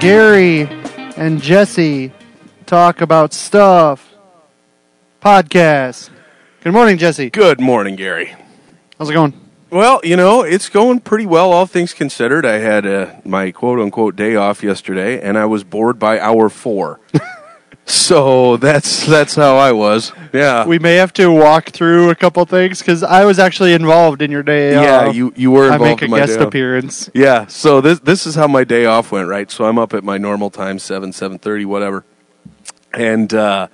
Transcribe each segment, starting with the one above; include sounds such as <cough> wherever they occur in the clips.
Gary and Jesse talk about stuff podcast. Good morning, Jesse. Good morning, Gary. How's it going? Well, you know, it's going pretty well, all things considered. I had uh, my quote unquote day off yesterday, and I was bored by hour four. <laughs> so that's that's how I was. Yeah, We may have to walk through a couple things because I was actually involved in your day. yeah. off. You you were uh, I involved make a in my guest day off. appearance. Yeah. So this this is how my day off went, right? So I'm up at my normal time, seven, seven thirty, whatever, and uh,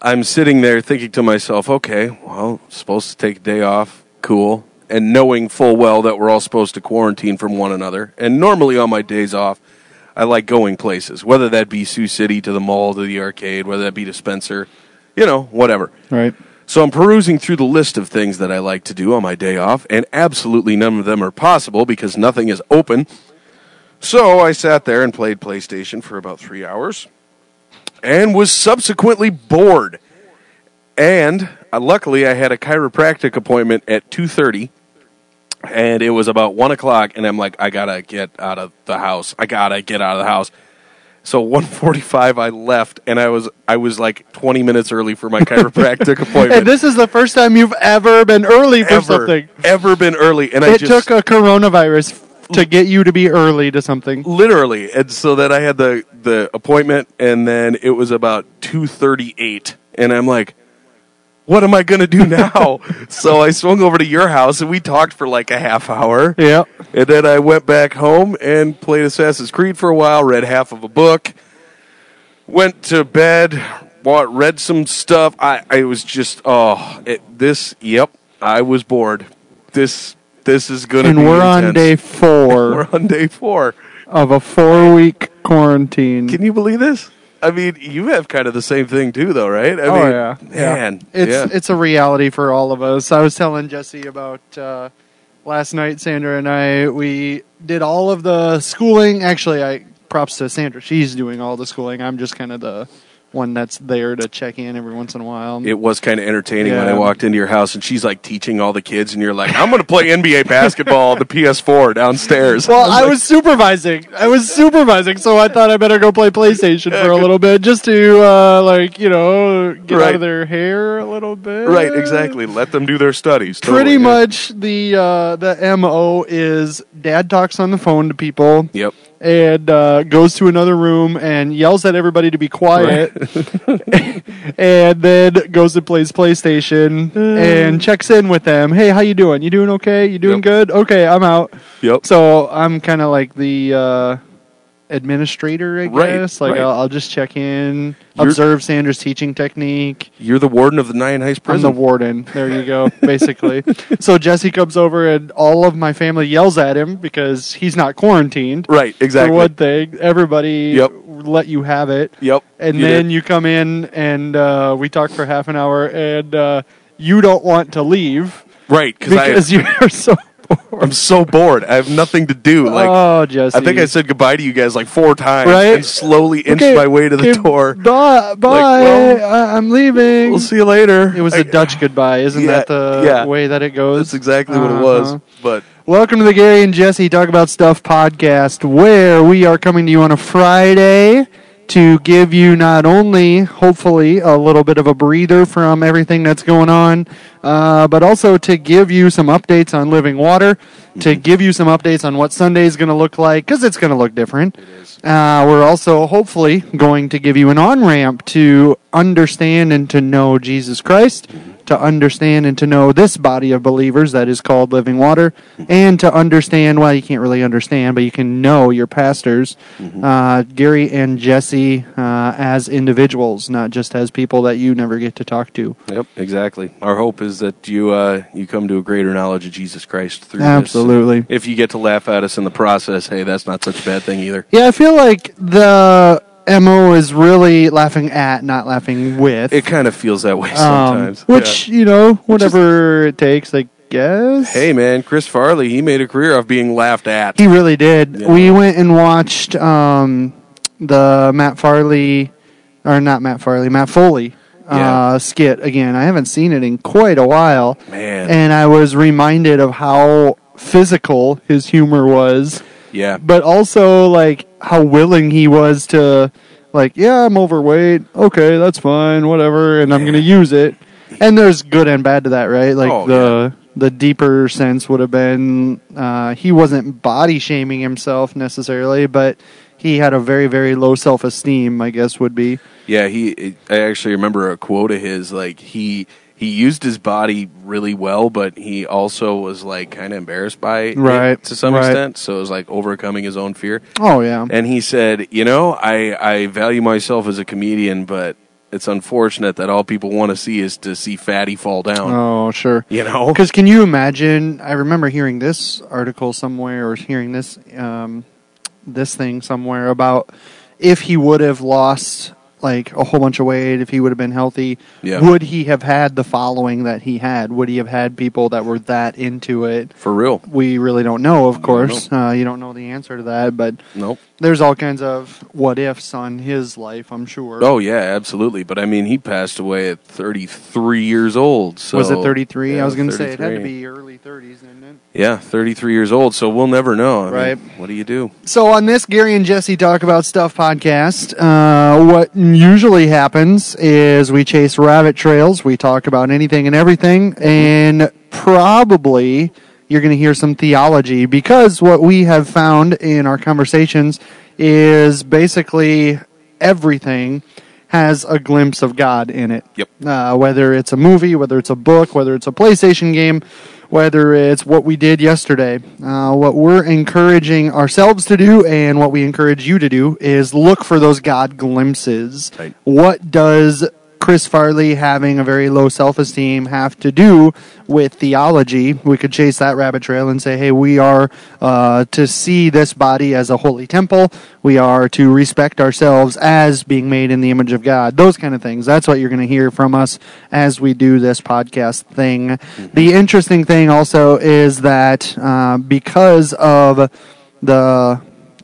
I'm sitting there thinking to myself, okay, well, supposed to take a day off, cool, and knowing full well that we're all supposed to quarantine from one another. And normally on my days off, I like going places, whether that be Sioux City to the mall to the arcade, whether that be to Spencer, you know, whatever. Right. So I'm perusing through the list of things that I like to do on my day off, and absolutely none of them are possible because nothing is open. So I sat there and played PlayStation for about three hours and was subsequently bored. And uh, luckily, I had a chiropractic appointment at 2.30, and it was about 1 o'clock, and I'm like, I gotta get out of the house. I gotta get out of the house. So 1:45, I left, and I was I was like 20 minutes early <laughs> for my chiropractic appointment And this is the first time you've ever been early for ever, something. ever been early, and I It just took a coronavirus f- to get you to be early to something. literally, and so then I had the the appointment, and then it was about two thirty eight, and I'm like, what am I gonna do <laughs> now? so I swung over to your house, and we talked for like a half hour, Yeah. and then I went back home and played Assassin's Creed for a while, read half of a book, went to bed, bought, read some stuff. I, I was just, oh, it, this, yep, I was bored. This, this is gonna. And be we're on intense. day four We're on day four. of a four week quarantine. Can you believe this? I mean, you have kind of the same thing too, though, right? I Oh, mean, yeah. man, It's yeah. it's a reality for all of us. I was telling Jesse about uh, last night. Sandra and I we did all of the schooling. Actually, I props to Sandra. She's doing all the schooling. I'm just kind of the one that's there to check in every once in a while. it was kind of entertaining when I Yeah. walked into your house and she's like teaching all the kids, and you're like, "I'm going to play NBA basketball on the PS4 downstairs." well, I like, was supervising. I was supervising, so I thought I better go play PlayStation for a little bit just to, uh, like, you know, get out Right. of their hair a little bit. right, exactly. Let them do their studies. Totally, Pretty yeah. much the uh, the mo is dad talks on the phone to people. Yep. and uh, goes to another room and yells at everybody to be quiet, and then goes and plays PlayStation Uh. and checks in with them. Hey, how you doing? You doing okay? You doing Yep. good? Okay, I'm out. <laughs> Yep. So I'm kind of like the uh, administrator, I Right, guess. Like right. I'll, I'll just check in, You're- observe Sanders' teaching technique. You're the warden of the Nine Heist I'm prison. the warden. There you <laughs> go, basically. so Jesse comes over and all of my family yells at him because he's not quarantined right, exactly. for one thing. Everybody Yep. let you have it, Yep. and you then did. you come in and uh, we talk for half an hour, and uh, you don't want to leave right because I because <laughs> you're so. I'm so bored. I have nothing to do. Like oh, Jesse! I think I said goodbye to you guys like four times Right? and slowly inched Okay, my way to the okay, door. Bye, bye. well, I, I'm leaving. We'll see you later. It was I- a Dutch goodbye, isn't Yeah, that the yeah. way that it That's goes? exactly what it Uh-huh. was. But Welcome to the Gary and Jesse Talk About Stuff podcast, where we are coming to you on a Friday to give you not only, hopefully, a little bit of a breather from everything that's going on, uh, but also to give you some updates on living water, to give you some updates on what Sunday is going to look like, because it's going to look different. Uh, we're also hopefully going to give you an on ramp to understand and to know Jesus Christ, to understand and to know this body of believers that is called Living Water, and to understand well, you can't really understand, but you can know your pastors, uh, Gary and Jesse, uh, as individuals, not just as people that you never get to talk to. yep, exactly. Our hope is that you uh, you come to a greater knowledge of Jesus Christ through Absolutely. this. If you get to laugh at us in the process, hey, that's not such a bad thing either. Yeah, I feel like the mo is really laughing at, not laughing with. It kind of feels that way Um, sometimes. which you know, whatever it takes, I guess. Yeah. hey, man, Chris Farley, he made a career off being laughed at. he really did. Yeah. We went and watched um, the Matt Farley, or not Matt Farley, Matt Foley Yeah. uh, skit again. I haven't seen it in quite a while, Man, and I was reminded of how physical his humor was. Yeah. but also like how willing he was to like yeah i'm overweight okay that's fine whatever and i'm gonna use it and there's good and bad to that right like Oh, the the deeper sense would have been uh, he wasn't body shaming himself necessarily but he had a very very low self-esteem i guess would be Yeah, he. I actually remember a quote of his. Like he he used his body really well, but he also was like kind of embarrassed by it Right, to some right. extent. So it was like overcoming his own fear. oh yeah And he said, you know, I I value myself as a comedian, but it's unfortunate that all people want to see is to see fatty fall down. oh sure you know, Because can you imagine? I remember hearing this article somewhere or hearing this um, this thing somewhere about if he would have lost like a whole bunch of weight, if he would have been healthy, Yeah. would he have had the following that he had? Would he have had people that were that into it? for real. We really don't know, of We don't course. Uh, you don't know the answer to that, but Nope. there's all kinds of what ifs on his life. I'm sure. Oh yeah, absolutely. But I mean, he passed away at 33 years old. So was it 33? Yeah, I was going to say it had to 33. be early 30s, didn't it? Yeah, 33 years old. So we'll never know. I mean, Right. what do you do? So on this Gary and Jesse talk about stuff podcast, uh, what usually happens is we chase rabbit trails. We talk about anything and everything, and probably you're going to hear some theology because what we have found in our conversations is basically everything has a glimpse of God in it. Yep. Uh, whether it's a movie, whether it's a book, whether it's a PlayStation game, whether it's what we did yesterday. Uh, what we're encouraging ourselves to do and what we encourage you to do is look for those God glimpses. Right. What does Chris Farley having a very low self esteem have to do with theology? We could chase that rabbit trail and say, hey, we are uh, to see this body as a holy temple. We are to respect ourselves as being made in the image of God. Those kind of things. That's what you're going to hear from us as we do this podcast thing. The interesting thing also is that uh, because of the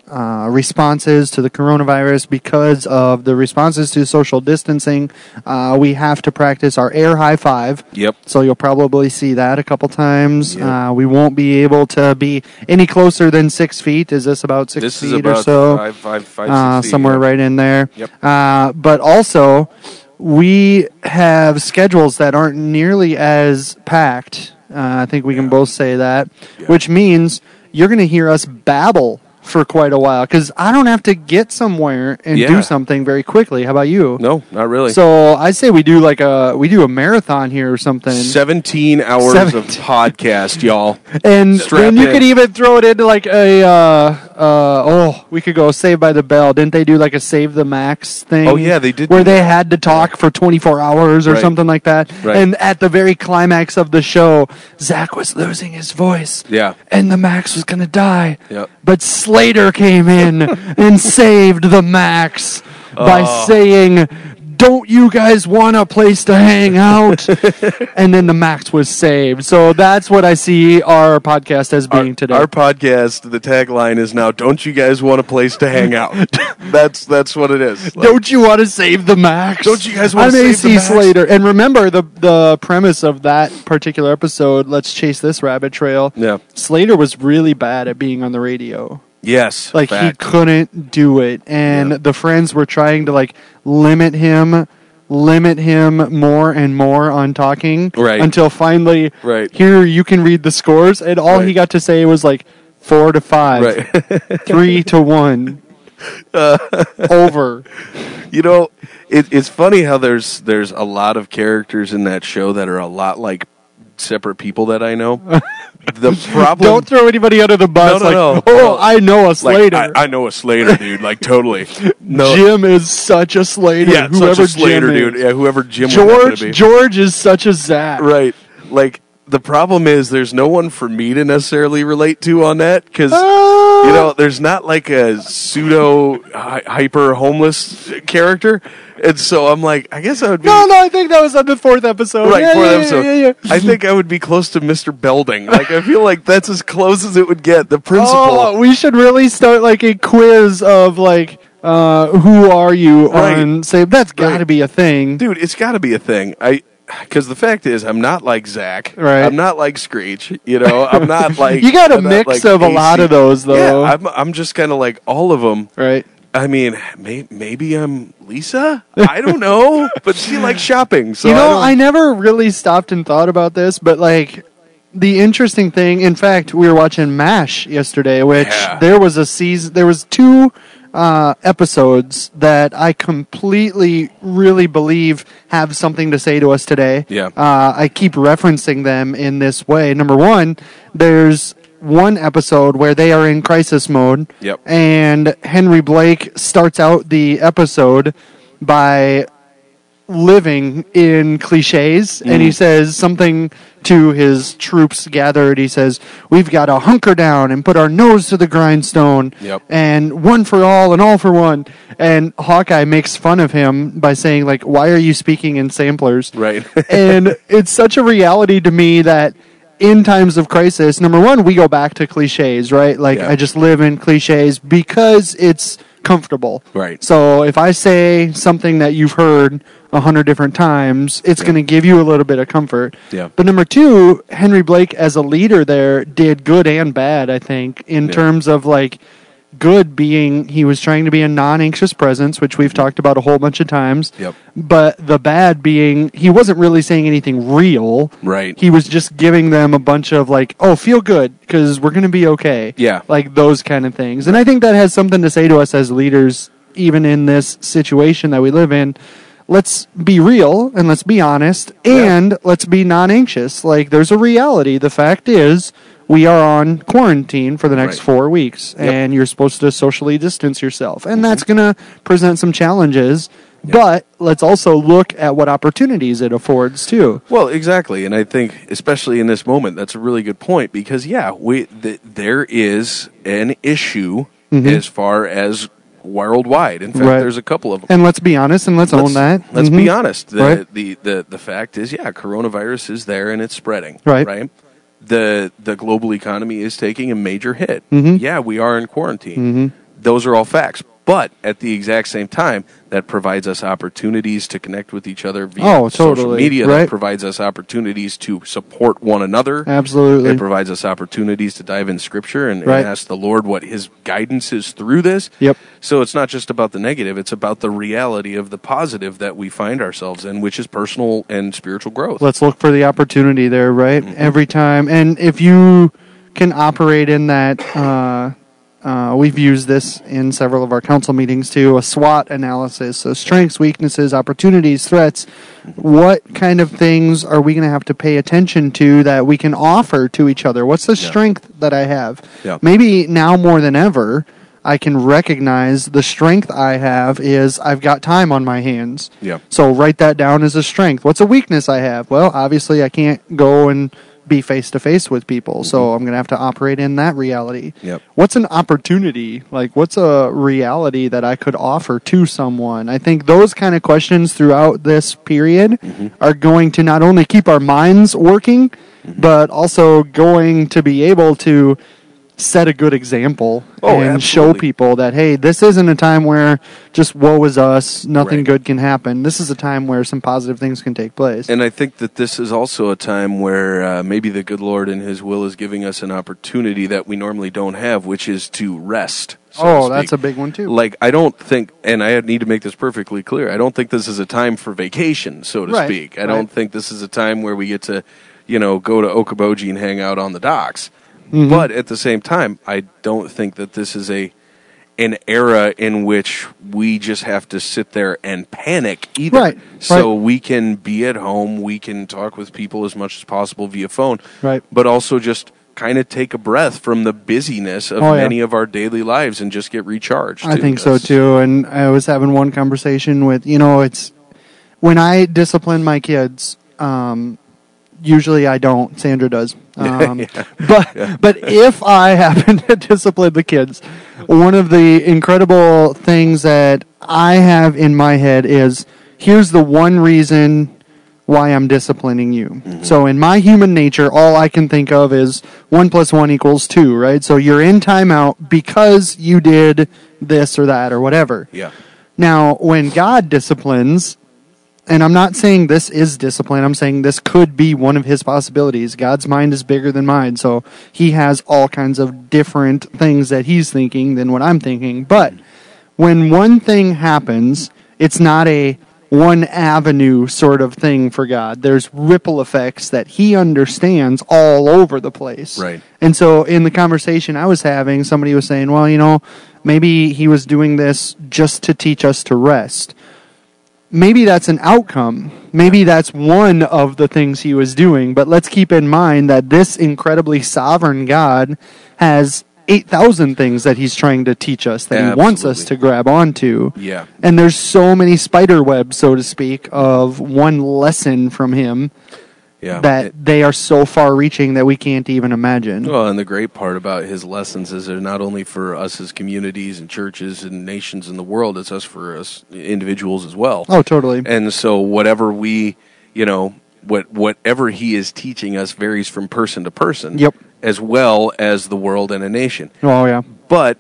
uh, responses to the coronavirus because of the responses to social distancing. Uh, we have to practice our air high five. Yep. So you'll probably see that a couple times. Yep. Uh, we won't be able to be any closer than six feet. Is this about six This feet is about or so? five, five, five, uh, six feet, somewhere yeah. right in there. Yep. Uh, but also, we have schedules that aren't nearly as packed. Uh, I think we can both say that, Yeah. which means you're going to hear us babble for quite a while because I don't have to get somewhere and Yeah. do something very quickly. How about you? No, not really. So I say we do like a we do a marathon here or something, 17 hours of Seventeen. <laughs> podcast, y'all. and Strap then you in. could even throw it into like a uh, uh, oh we could go Save by the Bell. Didn't they do like a Save the Max thing? Oh, yeah, they did where do they had to talk for 24 hours or Right. something like that. Right. And at the very climax of the show, Zach was losing his voice. Yeah. and the Max was gonna die. Yep. But Slater came in <laughs> and saved the Max by Oh. saying, "Don't you guys want a place to hang <laughs> out?" and then the Max was saved. So that's what I see our podcast as being Our, today. our podcast, the tagline is now, don't you guys want a place to hang out? <laughs> that's that's what it is. Like, don't you want to save the Max? Don't you guys wanna I'm save AC the Max? Slater, and remember the the premise of that particular episode. Let's chase this rabbit trail. Yeah. Slater was really bad at being on the radio. yes. like fact. he couldn't do it and Yeah. the friends were trying to like limit him limit him more and more on talking Right. until finally Right. here you can read the scores and all he Right. got to say was like four to five Right. <laughs> Uh, three to one over you know, it, it's funny how there's there's a lot of characters in that show that are a lot like separate people that <laughs> I know. the problem don't throw anybody under the bus No, no, like no. oh i know a like, slater I, I know a Slater dude, <laughs> like totally. No, jim is such a slater yeah, whoever such a Slater jim dude. is. Yeah, whoever Jim would happen to be. george george is such a zach right. Like the problem is there's no one for me to necessarily relate to on that because Uh, Ah. you know there's not like a pseudo hy- hyper homeless character, and so I'm like, I guess I would be. No, no, I think that was on the fourth episode. Right, Oh, yeah, fourth yeah, yeah, episode. Yeah, yeah, I think I would be close to Mr. Belding. Like I feel like that's as close as it would get. The principal. Oh, we should really start like a quiz of like, uh, who are you Right. on? Say that's got to Right. be a thing. dude it's got to be a thing i because the fact is, I'm not like Zach. Right. I'm not like Screech. You know, I'm <laughs> not like You got a I'm not mix like of a AC. lot of those, though. Yeah, I'm I'm just kind of like all of them. right? I mean, may, maybe I'm Lisa. I don't know, but she likes shopping. So you know, I, I, don't- never really stopped and thought about this, but like the interesting thing, in fact, we were watching MASH yesterday, which Yeah. there was a season, there was two uh, episodes that I completely, really believe have something to say to us today. Yeah. uh, I keep referencing them in this way. Number one, there's one episode where they are in crisis mode. Yep. And Henry Blake starts out the episode by living in cliches and he says something to his troops gathered he says we've got to hunker down and put our nose to the grindstone Yep. and one for all and all for one and hawkeye makes fun of him by saying like why are you speaking in samplers right. <laughs> and it's such a reality to me that in times of crisis, number one, we go back to cliches, right? Like Yeah. I just live in cliches because it's comfortable. Right. So if I say something that you've heard a hundred different times, it's going to give you a little bit of comfort. Yeah. But number two, Henry Blake as a leader there did good and bad, I think, in Yeah. terms of like good being he was trying to be a non-anxious presence, which we've talked about a whole bunch of times Yep. but the bad being he wasn't really saying anything real Right. he was just giving them a bunch of like oh feel good because we're gonna be okay Yeah. like those kind of things and i think that has something to say to us as leaders even in this situation that we live in let's be real and let's be honest Yeah. and let's be non-anxious like there's a reality the fact is we are on quarantine for the next Right. four weeks and you're supposed to socially distance yourself and that's Mm-hmm. going to present some challenges but let's also look at what opportunities it affords too Well, exactly, and I think especially in this moment, that's a really good point because yeah, we th- there is an issue as far as worldwide. In fact, Right. there's a couple of them. and let's be honest and let's, own that Let's- Let's be Mhm. honest. The, Right. the, the, the fact is, yeah, coronavirus is there and it's spreading. Right. Right. The the global economy is taking a major hit. Mm-hmm. Yeah, we are in quarantine. Those are all facts. But at the exact same time, that provides us opportunities to connect with each other via Oh, social totally. media. That Right. provides us opportunities to support one another. absolutely It provides us opportunities to dive in Scripture and, and Right. ask the Lord what His guidance is through this. Yep. So it's not just about the negative; it's about the reality of the positive that we find ourselves in, which is personal and spiritual growth. let's look for the opportunity there, right? Mm-hmm. Every time. And if you can operate in that, uh, uh, we've used this in several of our council meetings too a SWOT analysis. So, strengths, weaknesses, opportunities, threats. What kind of things are we going to have to pay attention to that we can offer to each other? What's the Yeah. strength that I have? Yeah. Maybe now more than ever. I can recognize the strength I have is I've got time on my hands. Yeah. So write that down as a strength. What's a weakness I have? Well, obviously I can't go and be face to face with people, so I'm going to have to operate in that reality. Mm-hmm. Yep. What's an opportunity? Like what's a reality that I could offer to someone? I think those kind of questions throughout this period Mm-hmm. are going to not only keep our minds working, Mm-hmm. but also going to be able to set a good example Oh, and show absolutely. people that hey, this isn't a time where just woe is us, nothing Right. good can happen. This is a time where some positive things can take place. And I think that this is also a time where uh, maybe the good Lord in His will is giving us an opportunity that we normally don't have, which is to rest. so to oh, that's a speak. big one too. Like I don't think, and I need to make this perfectly clear. I don't think this is a time for vacation, so to Right, speak. I right. don't think this is a time where we get to, you know, go to Okoboji and hang out on the docks. Mm-hmm. But at the same time, I don't think that this is a an era in which we just have to sit there and panic either. Right, So we can be at home. We can talk with people as much as possible via phone. Right. But also just kind of take a breath from the busyness of Oh, yeah. many of our daily lives and just get recharged. I too. think so That's- too. And I was having one conversation with you know, it's when I discipline my kids, um, usually I don't. Sandra does. Um, But but if I <laughs> happen to discipline the kids, one of the incredible things that I have in my head is here's the one reason why I'm disciplining you. So in my human nature, all I can think of is one plus one equals two, right? So you're in timeout because you did this or that or whatever. Yeah. Now, when God disciplines, and I'm not saying this is discipline. I'm saying this could be one of his possibilities. God's mind is bigger than mine, so he has all kinds of different things that he's thinking than what I'm thinking. But when one thing happens, it's not a one avenue sort of thing for God. There's ripple effects that he understands all over the place. Right. And so in the conversation I was having, somebody was saying, well, you know, maybe he was doing this just to teach us to rest maybe that's an outcome. Maybe that's one of the things he was doing. But let's keep in mind that this incredibly sovereign God has 8,000 things that he's trying to teach us that he wants us to Absolutely. grab onto. Yeah. And there's so many spider webs, so to speak, of one lesson from him Yeah. that It- they are so far reaching that we can't even imagine. well, and the great part about his lessons is they're not only for us as communities and churches and nations in the world, it's us for us individuals as well. Oh, totally. And so whatever we, you know, what whatever he is teaching us varies from person to person. Yep. As well as the world and a nation. Oh, yeah. But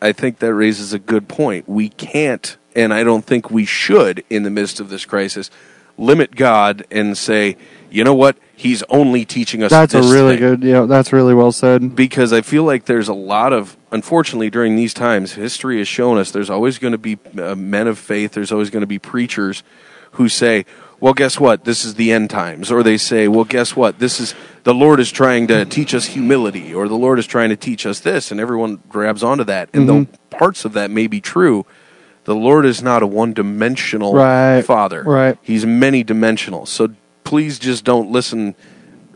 I think that raises a good point. We can't, and I don't think we should, in the midst of this crisis, limit God and say, you know what, He's only teaching us. That's a this really thing." good, yeah, that's really well said. Because I feel like there's a lot of, unfortunately, during these times, history has shown us there's always going to be uh, men of faith, there's always going to be preachers who say, well, guess what? This is the end times. Or they say, well, guess what? This is, the Lord is trying to teach us humility, or the Lord is trying to teach us this. And everyone grabs onto that. And though Mm-hmm. parts of that may be true, the Lord is not a one dimensional Right, father. right. He's many dimensional. So please just don't listen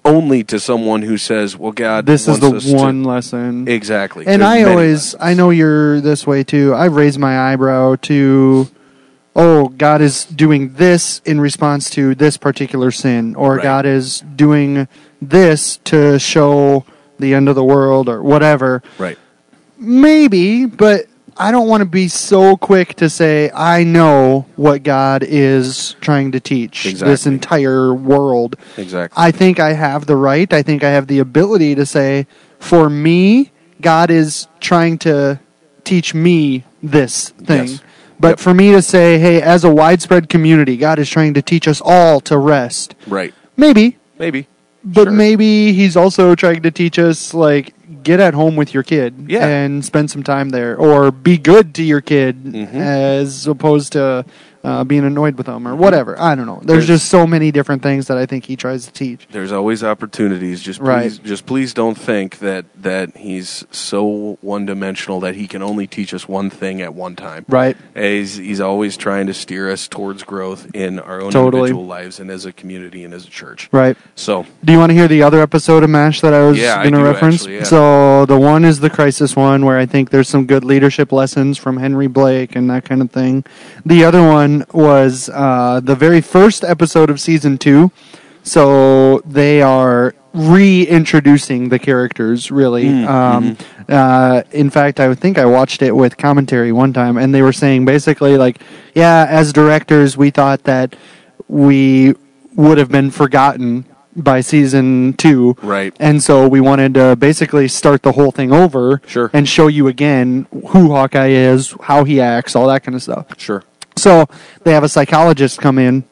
only to someone who says, "Well, God, This is wants us the to-" one lesson. exactly." And There's I many always, lessons. I know you're this way too. I raise my eyebrow to, oh, God is doing this in response to this particular sin, or Right. God is doing this to show the end of the world, or whatever. right. Maybe, but I don't want to be so quick to say, I know what God is trying to teach this Exactly. entire world. Exactly. I think I have the right. I think I have the ability to say, for me, God is trying to teach me this thing. Yes. But Yep. for me to say, hey, as a widespread community, God is trying to teach us all to rest. right. Maybe, Maybe. but Sure. maybe He's also trying to teach us, like, get at home with your kid Yeah. and spend some time there, or be good to your kid Mhm. as opposed to. Uh, being annoyed with them or whatever. I don't know. There's, There's- just so many different things that I think he tries to teach. There's always opportunities. Just please, Right. just please don't think that that he's so one dimensional that he can only teach us one thing at one time. Right. He's, he's always trying to steer us towards growth in our own Totally. individual lives and as a community and as a church. Right. So Do you want to hear the other episode of MASH that I was Yeah, I going to do reference? actually, yeah. So the one is the crisis one, where I think there's some good leadership lessons from Henry Blake and that kind of thing. The other one was uh, the very first episode of season two. So they are reintroducing the characters, really. um, uh, in fact, I think I watched it with commentary one time, and they were saying basically, like, yeah, as directors, we thought that we would have been forgotten by season two. Right. And so we wanted to basically start the whole thing over Sure. and show you again who Hawkeye is, how he acts, all that kind of stuff. sure. So they have a psychologist come in,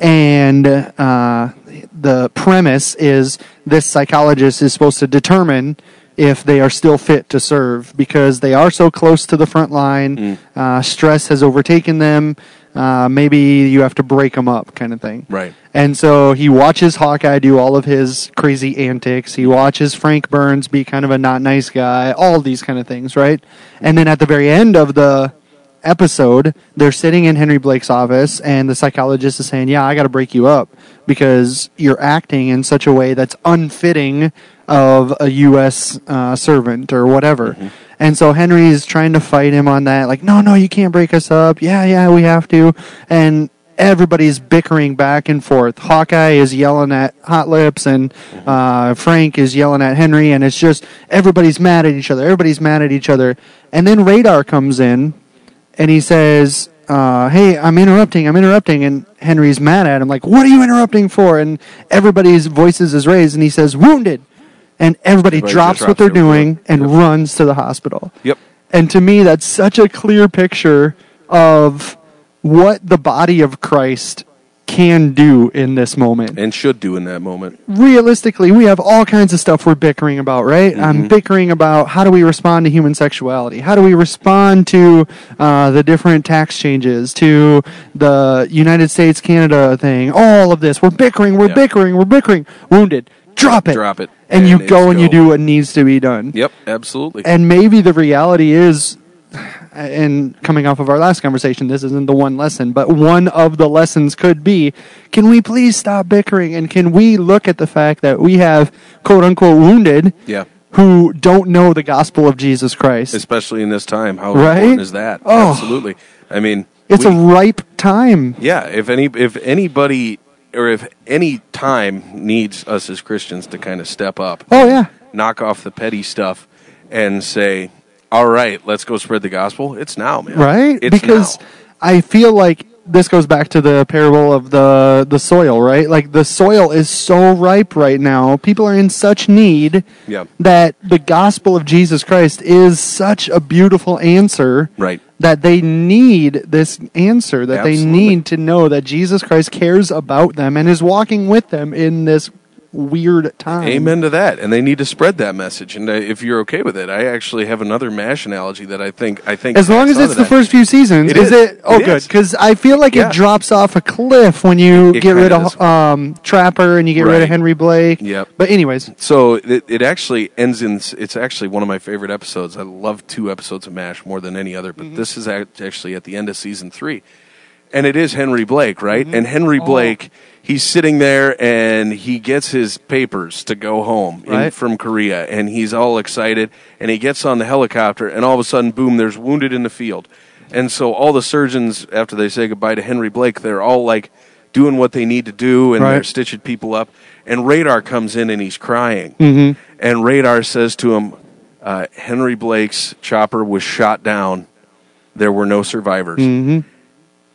and uh, the premise is this psychologist is supposed to determine if they are still fit to serve because they are so close to the front line. Uh, stress has overtaken them. Uh, maybe you have to break them up, kind of thing. Right. And so he watches Hawkeye do all of his crazy antics. He watches Frank Burns be kind of a not nice guy, all these kind of things, right? And then at the very end of the episode, they're sitting in Henry Blake's office, and the psychologist is saying, Yeah, I got to break you up because you're acting in such a way that's unfitting of a U.S. Uh, servant or whatever. And so Henry is trying to fight him on that, like, No, no, you can't break us up. Yeah, yeah, we have to. And everybody's bickering back and forth. Hawkeye is yelling at Hot Lips, and uh, Frank is yelling at Henry, and it's just everybody's mad at each other. Everybody's mad at each other. And then Radar comes in, and he says, uh, "Hey, I'm interrupting. I'm interrupting." And Henry's mad at him, like, "What are you interrupting for?" And everybody's voices is raised, and he says, "Wounded." And everybody, Everybody drops, just what they're drops their- doing and Yep. runs to the hospital. Yep. And to me, that's such a clear picture of what the body of Christ can do in this moment. and should do in that moment. realistically, we have all kinds of stuff we're bickering about, right? Mm-hmm. I'm bickering about how do we respond to human sexuality? How do we respond to uh, the different tax changes, to the United States Canada thing, all of this. We're bickering, we're Yeah. bickering, we're bickering. Wounded. Drop it. Drop it. And, you it's go and you do what needs to be done. Yep, absolutely. And maybe the reality is, and coming off of our last conversation, this isn't the one lesson, but one of the lessons could be can we please stop bickering and can we look at the fact that we have quote unquote wounded yeah, who don't know the gospel of Jesus Christ? It's, especially in this time. How Right? important is that? Oh. Absolutely. I mean, a we- ripe time. yeah. If any, if anybody, or if any time needs us as Christians to kind of step up, Oh, yeah. knock off the petty stuff, and say, "All right, let's go spread the gospel." It's now, man. right? It's because now. I feel like this goes back to the parable of the the soil, right? Like the soil is so ripe right now. People are in such need Yeah. that the gospel of Jesus Christ is such a beautiful answer right. that they need this answer that they Absolutely. need to know that Jesus Christ cares about them and is walking with them in this weird time. Amen to that. And they need to spread that message. And uh, if you're okay with it, I actually have another mash analogy that I think I think As long as it's tacks onto the that. first few seasons, It is, is. it? Oh, It good, is. because I feel like Yeah. it drops off a cliff when you It get rid kinda of does. um, Trapper and you get rid of Right. Henry Blake. Yep. But anyways, So it, it actually ends in. It's actually one of my favorite episodes. I love two episodes of Mash more than any other, but Mm-hmm. this is act- actually at the end of season three, and it is Henry Blake, right? And Henry Oh. Blake, he's sitting there and he gets his papers to go home in- Right. from Korea, and he's all excited, and he gets on the helicopter, and all of a sudden, boom! There's wounded in the field, and so all the surgeons, after they say goodbye to Henry Blake, they're all like doing what they need to do, and Right. they're stitching people up. And Radar comes in and he's crying. Hmm. Mm-hmm. And Radar says to him, uh, Henry Blake's chopper was shot down. There were no survivors. Hmm. Mm-hmm.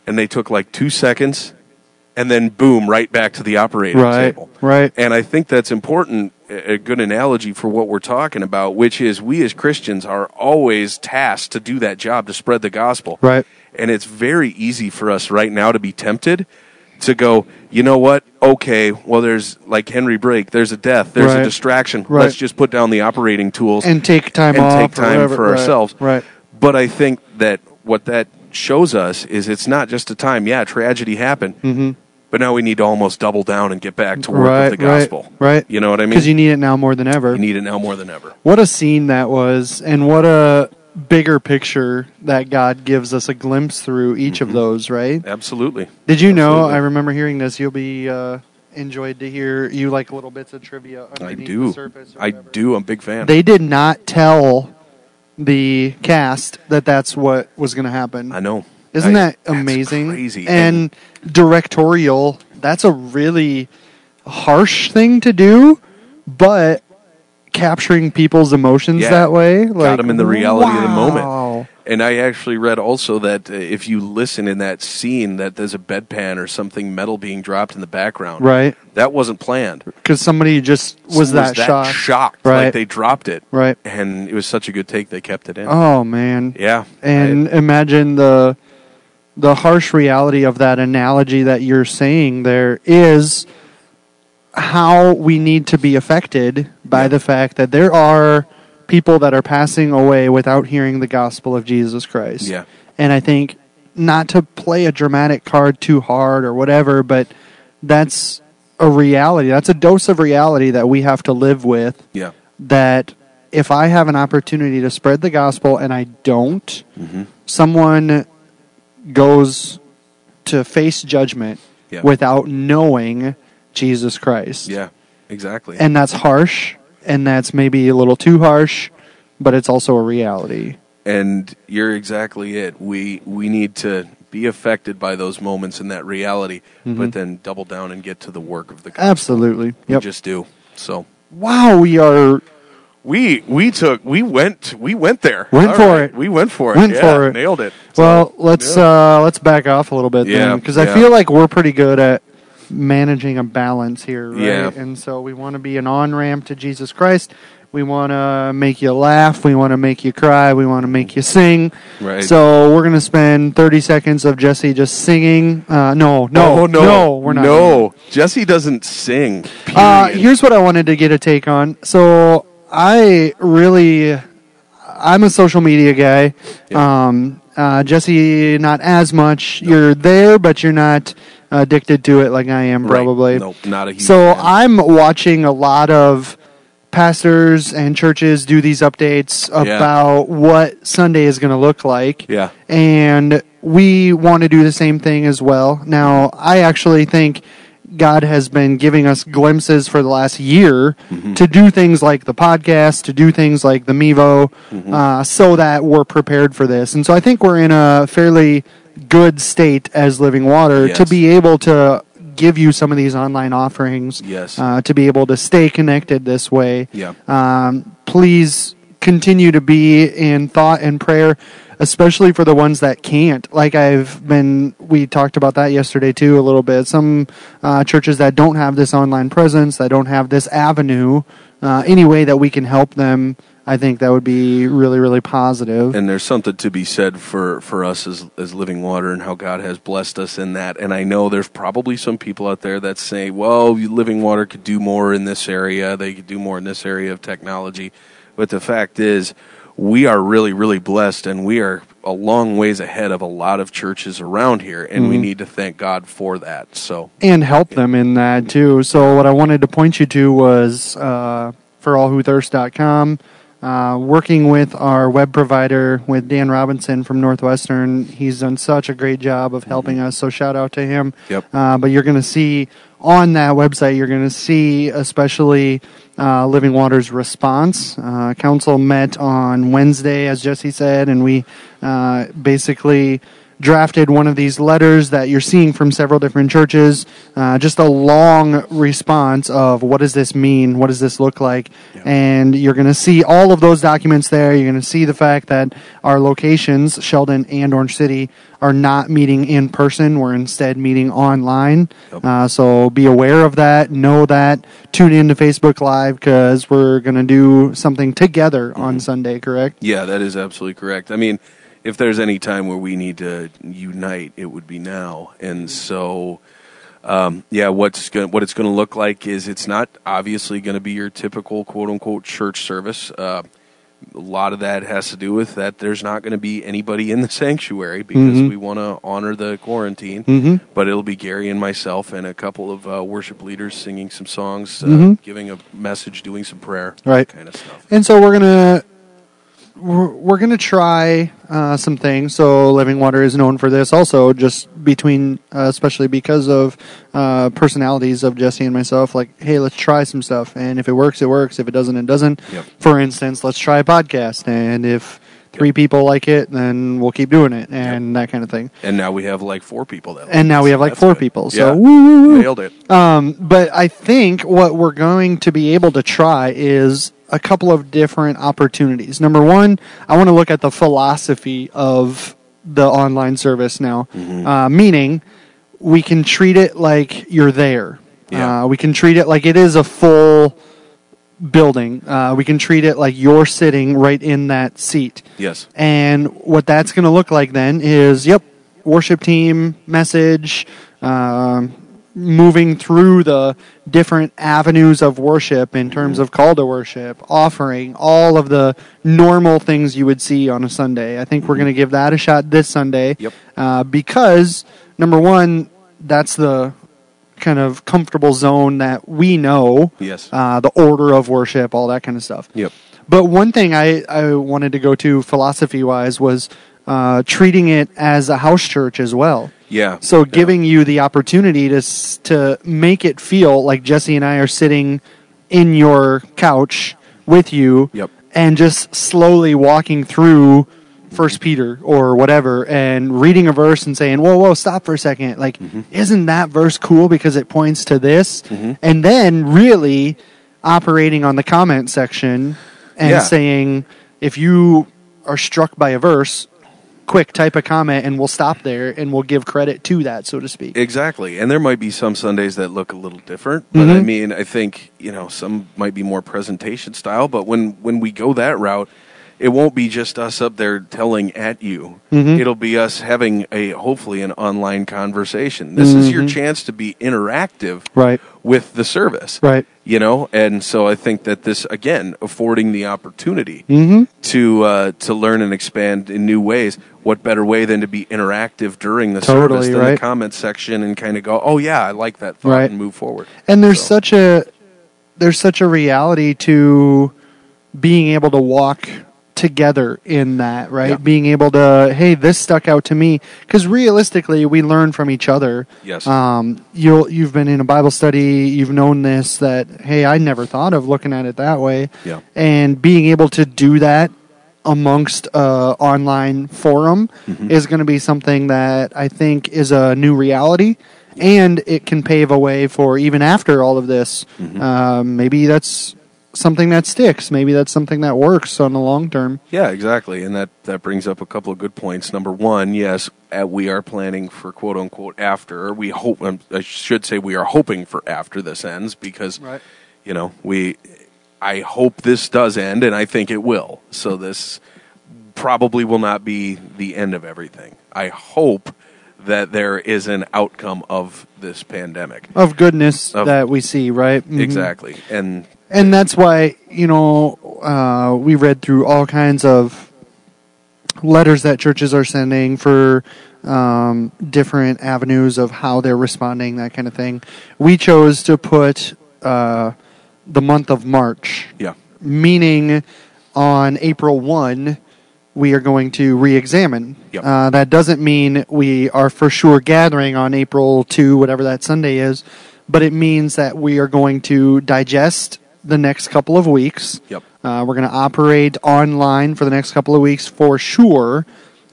And they took like two seconds, and then boom, right back to the operating right, table. right, And I think that's important, a a good analogy for what we're talking about, which is we as Christians are always tasked to do that job to spread the gospel. right. And it's very easy for us right now to be tempted to go, you know what? Okay, well, there's like Henry Brake, there's a death, there's Right. a distraction. Right. Let's just put down the operating tools And take time and off take or time whatever, for right, ourselves. Right. But I think that what that shows us is it's not just a time, yeah, tragedy happened, but now we need to almost double down and get back to work Mm-hmm. Right, with the right, gospel. right. You know what I mean? Because you need it now more than ever. You need it now more than ever. what a scene that was, and what a bigger picture that God gives us a glimpse through each of those, right? Absolutely. Did you know? Mm-hmm. Absolutely. I remember hearing this. You'll be uh, enjoyed to hear you like little bits of trivia I underneath the do. surface. or I whatever. do. I'm a big fan. They did not tell the cast that that's what was going to happen. I know. Isn't I- that that's amazing? crazy. And, directorial. That's a really harsh thing to do, but capturing people's emotions Yeah. that way, like, 'em in the reality of the moment. wow. And I actually read also that uh, if you listen in that scene, that there's a bedpan or something metal being dropped in the background. right? That wasn't planned. Because somebody just was, that, shocked, shocked? Right. Like they dropped it, right? and it was such a good take they kept it in. Oh man, yeah, and imagine the the harsh reality of that analogy that you're saying there is how we need to be affected by Yeah. the fact that there are people that are passing away without hearing the gospel of Jesus Christ. Yeah. And I think not to play a dramatic card too hard or whatever, but that's a reality. That's a dose of reality that we have to live with yeah, that if I have an opportunity to spread the gospel and I don't, Mm-hmm. someone goes to face judgment Yeah. without knowing Jesus Christ. yeah, exactly. And that's harsh, and that's maybe a little too harsh, but it's also a reality. and you're exactly it. We we need to be affected by those moments and that reality, but then double down and get to the work of the. gospel. Absolutely. We Mm-hmm. Uh, Yep. just do so. wow, we are We we took we went we went there. Went for it. We went for it. Went Yeah, for it. Nailed it. Well, let's yeah. uh, let's back off a little bit Yeah, then, because I yeah. feel like we're pretty good at managing a balance here, right? Yeah. And so we want to be an on ramp to Jesus Christ. We want to make you laugh. We want to make you cry. We want to make you sing. Right. So we're going to spend 30 seconds of Jesse just singing. Uh, no, no, Oh, no, we're not. No, Jesse doesn't sing. Period. Uh, here's what I wanted to get a take on. So I really, I'm a social media guy. Yeah. Um, uh, Jesse, not as much. You're there, but you're not addicted to it like I am, Right. probably. Nope, not a huge So fan. I'm watching a lot of pastors and churches do these updates Yeah. about what Sunday is going to look like yeah. and we want to do the same thing as well. Now, I actually think God has been giving us glimpses for the last year Mm-hmm. to do things like the podcast, to do things like the Mevo, Mm-hmm. uh, so that we're prepared for this. And so I think we're in a fairly good state as Living Water to Yes. be able to give you some of these online offerings, Yes. uh, to be able to stay connected this way Yeah. um, please continue to be in thought and prayer especially for the ones that can't like i've been we talked about that yesterday too a little bit some uh, churches that don't have this online presence that don't have this avenue uh, any way that we can help them i think that would be really really positive and there's something to be said for, for us as, as living water and how God has blessed us in that. And I know there's probably some people out there that say, well, you- living water could do more in this area, they could do more in this area of technology. But the fact is, we are really, really blessed, and we are a long ways ahead of a lot of churches around here, and we need to thank God for that. So, and help them in that too. So what I wanted to point you to was uh, forallwhothirst.com. Uh, working with our web provider with Dan Robinson from Northwestern, he's done such a great job of helping us. So shout out to him. Yep. Uh, but you're going to see on that website, you're going to see especially uh, Living Waters' response. Uh, council met on Wednesday, as Jesse said, and we uh, basically drafted one of these letters that you're seeing from several different churches. Uh, just a long response of what does this mean? What does this look like? And you're going to see all of those documents there. You're going to see the fact that our locations, Sheldon and Orange City, are not meeting in person. We're instead meeting online. Yep. Uh, so be aware of that. Know that. Tune in to Facebook Live because we're going to do something together on Sunday, correct? yeah, that is absolutely correct. I mean, if there's any time where we need to unite, it would be now. And so, um, yeah, what's going what it's going to look like is it's not obviously going to be your typical quote unquote church service. Uh, a lot of that has to do with that there's not going to be anybody in the <laughs> sanctuary because we want to honor the quarantine. Mm-hmm. But it'll be Gary and myself and a couple of uh, worship leaders singing some songs, uh, giving a message, doing some prayer, Right. kind of stuff. And so we're gonna we're, we're gonna try uh, some things. So Living Water is known for this, also just between, uh, especially because of uh, personalities of Jesse and myself. Like, hey, let's try some stuff, and if it works, it works. If it doesn't, it doesn't. Yep. For instance, let's try a podcast, and if three people like it, then we'll keep doing it, and that kind of thing. And now we have like four people that. And now we have like That's four good. people. So Yeah. woo, woo, woo. Nailed it. Um, but I think what we're going to be able to try is a couple of different opportunities. Number one, I want to look at the philosophy of the online service now, uh, meaning we can treat it like you're there. Yeah. Uh, we can treat it like it is a full building. Uh, we can treat it like you're sitting right in that seat. Yes. And what that's going to look like then is, yep, worship team message, um, moving through the different avenues of worship in terms of call to worship, offering, all of the normal things you would see on a Sunday. I think we're going to give that a shot this Sunday Yep. uh, because, number one, that's the kind of comfortable zone that we know. Yes. Uh, the order of worship, all that kind of stuff. Yep. But one thing I, I wanted to go to philosophy wise was uh, treating it as a house church as well. Yeah. So giving you the opportunity to s- to make it feel like Jesse and I are sitting in your couch with you, Yep. and just slowly walking through First Peter or whatever, and reading a verse and saying, "Whoa, whoa, stop for a second! Like, Mm-hmm. isn't that verse cool because it points to this?" And then really operating on the comment section and Yeah. saying, "If you are struck by a verse, quick type a comment and we'll stop there and we'll give credit to that, so to speak. Exactly. And there might be some Sundays that look a little different, but I Mhm. mean, I think, you know, some might be more presentation style, but when when we go that route, it won't be just us up there telling at you. Mhm. It'll be us having a hopefully an online conversation. This is your chance to be interactive Mm-hmm. Right. with the service. Right. You know, and so I think that this again affording the opportunity Mm-hmm. to uh, to learn and expand in new ways. What better way than to be interactive during the Totally, service than the right. comment section and kind of go, oh yeah, I like that thought Right. and move forward. And there's So- such a there's such a reality to being able to walk together in that, right? Yeah. Being able to, hey, this stuck out to me because realistically, we learn from each other. yes, Um, you'll you've been in a Bible study, you've known this that hey, I never thought of looking at it that way, yeah, and being able to do that amongst uh, online forum Mhm. is going to be something that I think is a new reality, and it can pave a way for even after all of this. Mhm. Um, maybe that's something that sticks. Maybe that's something that works on the long term. yeah, exactly. And that that brings up a couple of good points. Number one, yes, uh, we are planning for quote unquote after. We hope um, I should say we are hoping for after this ends because you know we. I hope this does end, and I think it will. So this probably will not be the end of everything. I hope that there is an outcome of this pandemic. Of goodness Of- that we see, right? Mhm. Exactly. And and that's why you know uh, we read through all kinds of letters that churches are sending for um, different avenues of how they're responding, that kind of thing. We chose to put uh, the month of March, yeah, meaning on April one. We are going to re-examine. Yep. Uh, that doesn't mean we are for sure gathering on April two, whatever that Sunday is, but it means that we are going to digest the next couple of weeks. yep, Uh, we're going to operate online for the next couple of weeks for sure,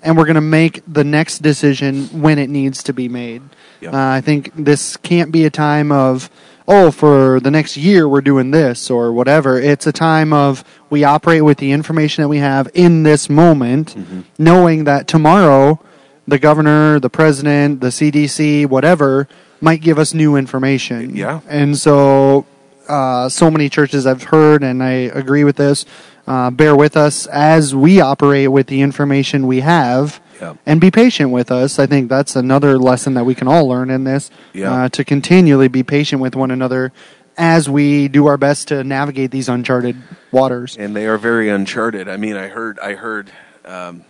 and we're going to make the next decision when it needs to be made. Yeah. Uh, I think this can't be a time of, oh, for the next year we're doing this or whatever. It's a time of we operate with the information that we have in this moment, Mm-hmm. knowing that tomorrow the governor, the president, the CDC, whatever, might give us new information. Yeah. And so, uh, so many churches I've heard, and I agree with this, uh, bear with us as we operate with the information we have. yeah. And be patient with us. I think that's another lesson that we can all learn in this. Yeah. Uh, to continually be patient with one another as we do our best to navigate these uncharted waters. And they are very uncharted. I mean, I heard, I heard, um,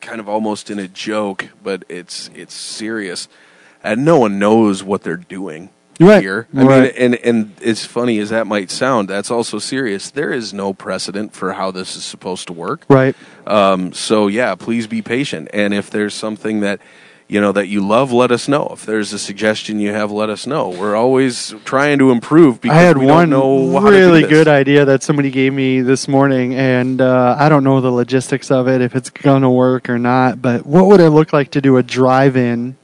kind of almost in a joke, but it's it's serious, and no one knows what they're doing Right, here. I right. mean, and and as funny as that might sound, that's also serious. There is no precedent for how this is supposed to work. Right. Um, so yeah, please be patient. And if there's something that you know that you love, let us know. If there's a suggestion you have, let us know. We're always trying to improve because I had we one don't know how to do really this. good idea that somebody gave me this morning, and uh, I don't know the logistics of it, if it's gonna work or not. But what would it look like to do a drive-in,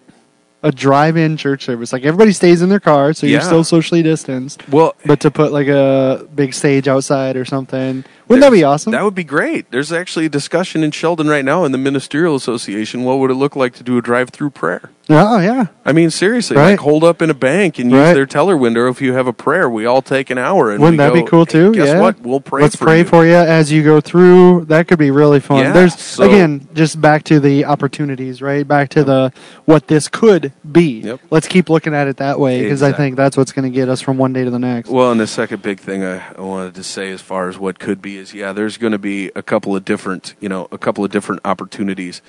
a drive-in church service? Like everybody stays in their car, so Yeah. you're still socially distanced, Well, but to put like a big stage outside or something, wouldn't that be awesome? that would be great. There's actually a discussion in Sheldon right now in the Ministerial Association. What would it look like to do a drive-through prayer? oh yeah, I mean, seriously, like Right. hold up in a bank and use Right. their teller window. If you have a prayer, we all take an hour. And wouldn't we that be go, cool too? Guess yeah. what? We'll pray. Let's for pray you. for you as you go through. That could be really fun. Yeah, There's so- again, just back to the opportunities, right? Back to the what this could be. Yep. Let's keep looking at it that way because I Exactly. think that's what's going to get us from one day to the next. Well, and the second big thing I, I wanted to say, as far as what could be, is yeah, there's going to be a couple of different, you know, a couple of different opportunities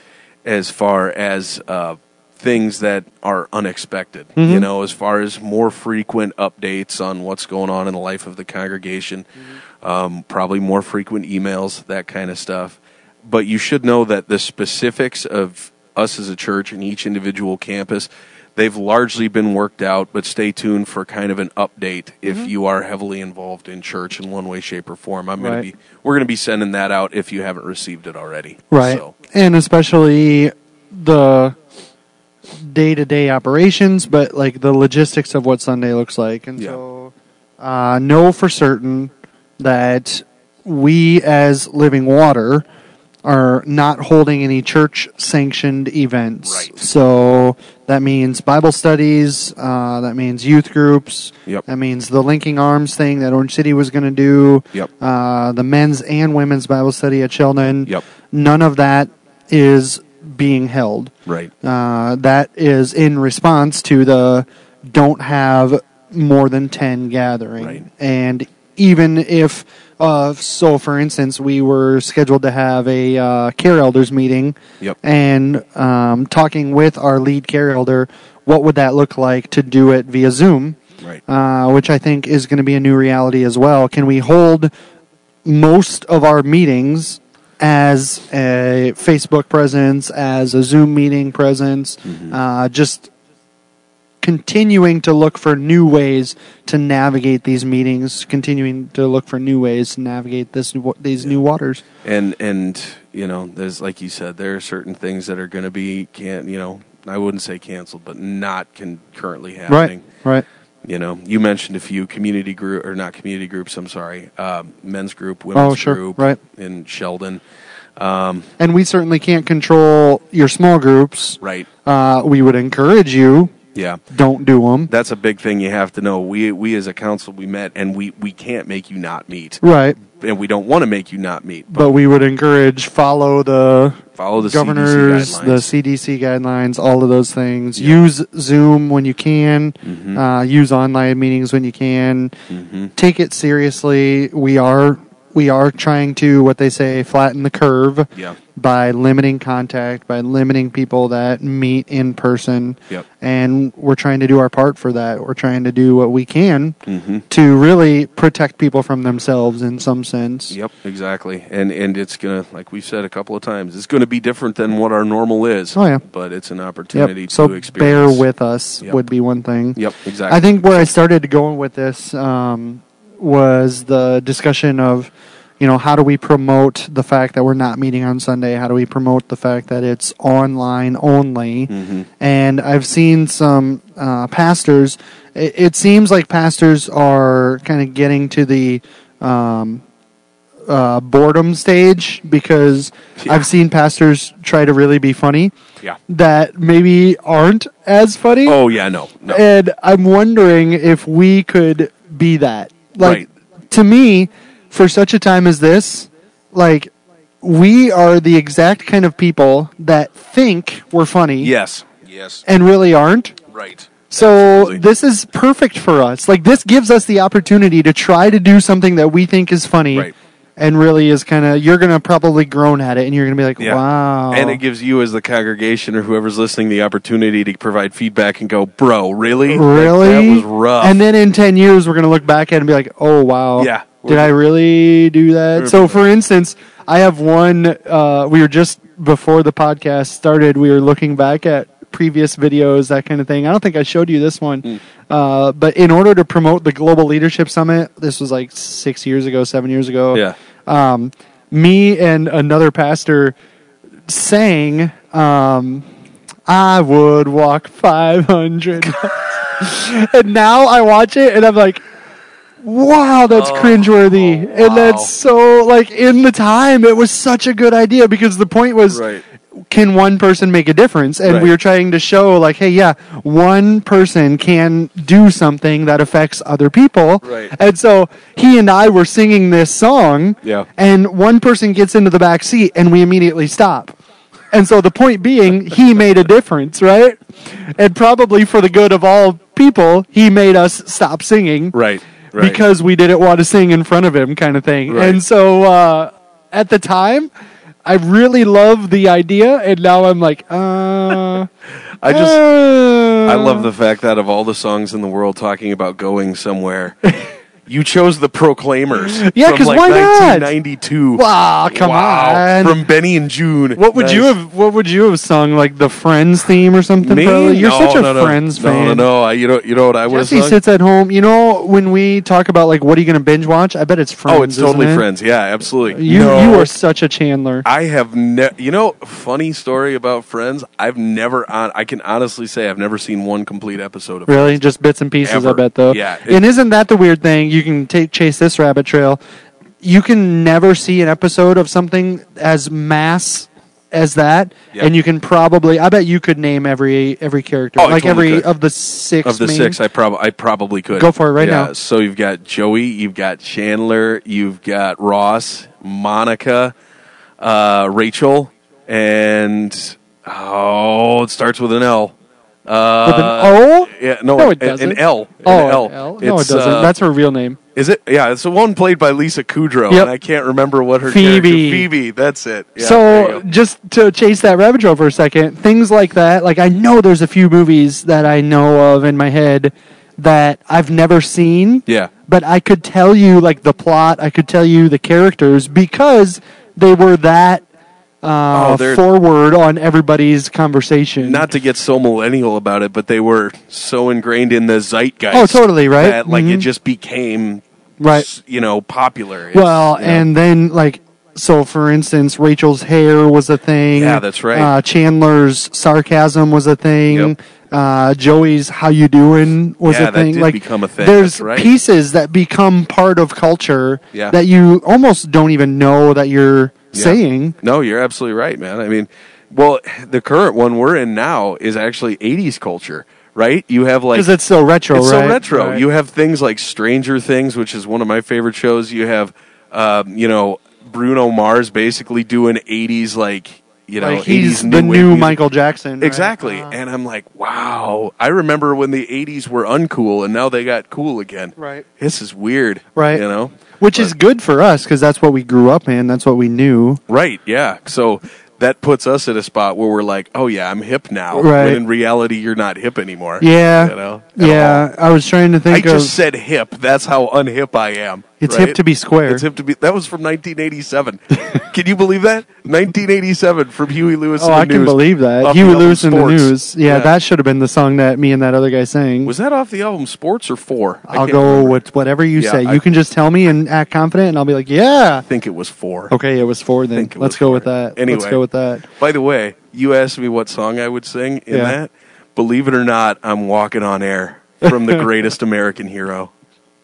as far as uh, things that are unexpected. Mm-hmm. You know, as far as more frequent updates on what's going on in the life of the congregation, Mm-hmm. um, probably more frequent emails, that kind of stuff. But you should know that the specifics of us as a church and each individual campus. They've largely been worked out, but stay tuned for kind of an update if Mm-hmm. you are heavily involved in church in one way, shape, or form. I'm gonna Right. be we're gonna be sending that out if you haven't received it already. Right. So, And especially the day to day operations, but like the logistics of what Sunday looks like. And Yeah. so, uh, know for certain that we as Living Water are not holding any church sanctioned events. Right. So that means Bible studies, uh, that means youth groups, Yep. that means the linking arms thing that Orange City was going to do, Yep. uh, the men's and women's Bible study at Sheldon. Yep. None of that is being held. Right. Uh, that is in response to the don't have more than 10 gathering. Right. And even if, uh, so for instance, we were scheduled to have a uh, care elders meeting Yep. and um, talking with our lead care elder, what would that look like to do it via Zoom? Right. uh, which I think is going to be a new reality as well. Can we hold most of our meetings as a Facebook presence, as a Zoom meeting presence, Mm-hmm. uh, just continuing to look for new ways to navigate these meetings, continuing to look for new ways to navigate this new wa- these new waters. and and you know there's like you said there are certain things that are going to be can't you know i wouldn't say canceled but not can currently happening right. you know you mentioned a few community group or not community groups i'm sorry uh, men's group women's Oh, sure, group right. in sheldon And we certainly can't control your small groups. right Uh, we would encourage you yeah don't do them. that's a big thing you have to know we we as a council we met and we we can't make you not meet Right. and we don't want to make you not meet but we would encourage follow the follow the governors, CDC guidelines. the CDC guidelines, all of those things. Use Zoom when you can. Mm-hmm. Uh, use online meetings when you can. Take it seriously. We are we are trying to what they say flatten the curve yeah by limiting contact, by limiting people that meet in person. Yep. And we're trying to do our part for that. We're trying to do what we can Mhm. to really protect people from themselves in some sense. Yep, exactly. And and it's gonna like we've said a couple of times, it's gonna be different than what our normal is. Oh, yeah. But it's an opportunity So to experience. bear with us Yep. would be one thing. Yep, exactly. I think where I started going with this um, was the discussion of, you know, how do we promote the fact that we're not meeting on Sunday? How do we promote the fact that it's online only? Mhm. And I've seen some uh, pastors. It, it seems like pastors are kind of getting to the um, uh, boredom stage because Yeah. I've seen pastors try to really be funny Yeah. that maybe aren't as funny. Oh yeah, no. No. And I'm wondering if we could be that. Like, to me, for such a time as this, like, we are the exact kind of people that think we're funny yes. Yes. and really aren't. Right. So, Absolutely. this is perfect for us. Like, this gives us the opportunity to try to do something that we think is funny. Right. And really is kind of, you're going to probably groan at it and you're going to be like, Yeah. wow. And it gives you as the congregation or whoever's listening the opportunity to provide feedback and go, Bro, really? Like, Really? that was rough. And then in 10 years, we're going to look back at it and be like, oh, wow. Yeah. Mm-hmm. Did I really do that? So, for instance, I have one. Uh, we were just before the podcast started, we were looking back at previous videos, that kind of thing. I don't think I showed you this one. Mm. Uh, but in order to promote the Global Leadership Summit, this was like six years ago, seven years ago yeah. um, me and another pastor sang um, i would walk 500 miles." <laughs> and now i watch it and i'm like wow that's cringeworthy and Oh, wow. that's so like in the time it was such a good idea because the point was Right. can one person make a difference? And Right. we were trying to show, like, hey, yeah, one person can do something that affects other people. Right. And so he and I were singing this song. Yeah. And one person gets into the back seat, and we immediately stop. And so the point being, he made a difference, right? And probably for the good of all people, he made us stop singing Right. Right. because we didn't want to sing in front of him kind of thing Right. and so uh, at the time i really loved the idea and now i'm like uh I just uh, I love the fact that of all the songs in the world talking about going somewhere, <laughs> you chose the Proclaimers. Yeah, from, 'cause like why not? 1992. wow come Wow. on From Benny and June. what would you Nice. have what would you have sung like the friends theme or something Me? probably? you're No, such a no, no. friends no, fan No, no, I, you know, you know what I would have Jesse sung. sits at home. You know when we talk about like what are you going to binge watch? I bet it's Friends. oh, it's isn't totally it? Friends. Yeah, absolutely. You No. you are such a Chandler. I have never. You know, funny story about Friends. I've never on. I can honestly say I've never seen one complete episode of. Really, just bits and pieces. Ever. I bet though. Yeah. and isn't that the weird thing? You can take chase this rabbit trail. you can never see an episode of something as mass as that, Yep. and you can probably. I bet you could name every every character, Oh, I like totally every could. of the six. Of the main- six, I probably I probably could Go for it right Yeah, now. So you've got Joey, you've got Chandler, you've got Ross, Monica, uh, Rachel, and oh, it starts with an L. Uh, with an O. Yeah, no, No, an- it doesn't. An L. An Oh, L. an L? no, it It's, doesn't. uh, That's her real name. Is it? Yeah, it's the one played by Lisa Kudrow, Yep. and I can't remember what her Phoebe. character- Phoebe, that's it. Yeah, there so you go. just to chase that rabbit trail for a second, things like that. Like I know there's a few movies that I know of in my head that I've never seen. yeah, but I could tell you like the plot. I could tell you the characters because they were that uh, Oh, they're- forward on everybody's conversation. not to get so millennial about it, but they were so ingrained in the zeitgeist. Oh, totally, right? That like it Mhm. just became Right. s- You know, popular. It's, well, you know, and then like so, for instance, Rachel's hair was a thing. Yeah, that's right. Uh, Chandler's sarcasm was a thing. Yep. Uh, Joey's "How you doing" was Yeah, a that thing. did like become a thing. There's That's right. pieces that become part of culture Yeah. that you almost don't even know that you're Yeah. saying. no, you're absolutely right, man. I mean, well, the current one we're in now is actually '80s culture, right? You have like Because it's so retro, it's right? so retro. Right. You have things like Stranger Things, which is one of my favorite shows. You have, um, you know, Bruno Mars basically doing '80s like you know like he's 80s new the wave new music. Michael Jackson. right? Exactly, Uh, and I'm like, wow. I remember when the '80s were uncool, and now they got cool again. Right. This is weird. Right. You know. Which is good for us because that's what we grew up in. That's what we knew. Right. Yeah. So that puts us at a spot where we're like, oh yeah, I'm hip now. Right. When in reality, you're not hip anymore. Yeah. You know. at all. yeah. I was trying to I think of. just said hip. That's how unhip I am. it's right? hip to be square. It's hip to be. That was from 1987. <laughs> Can you believe that? 1987 from Huey Lewis. oh, and the I can News. believe that. Off You the were album losing the Sports. news. Yeah, Yeah. that should have been the song that me and that other guy sang. Was that off the album Sports or Four? I I'll can't go remember. with whatever you Yeah, say. I- you can just tell me and act confident, and I'll be like, yeah. I think it was Four. Okay, it was four then. think it Let's was go four. with that. Let's Anyway. go with that. By the way, you asked me what song I would sing in Yeah. that. Believe it or not, I'm walking on air from <laughs> the greatest American hero.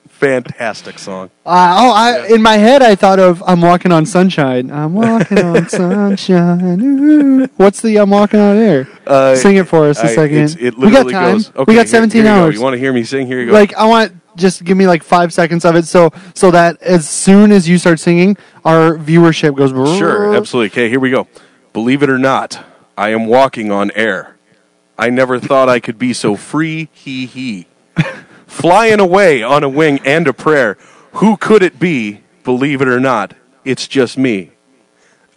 Fantastic song. Uh, oh, I, in my head, I thought of "I'm Walking on Sunshine." I'm walking <laughs> on sunshine. Ooh. What's the "I'm Walking on Air"? Uh, Sing it for us a I- second. it's- it we literally got time. goes. Okay, we here- got 17 here you go. hours. You want to hear me sing? Here you go. like I want, just give me like five seconds of it, so so that as soon as you start singing, our viewership goes. Sure, "Brrr." absolutely. Okay, here we go. Believe it or not, I am walking on air. I never thought I could be so free, he he. <laughs> Flying away on a wing and a prayer. Who could it be? Believe it or not, it's just me.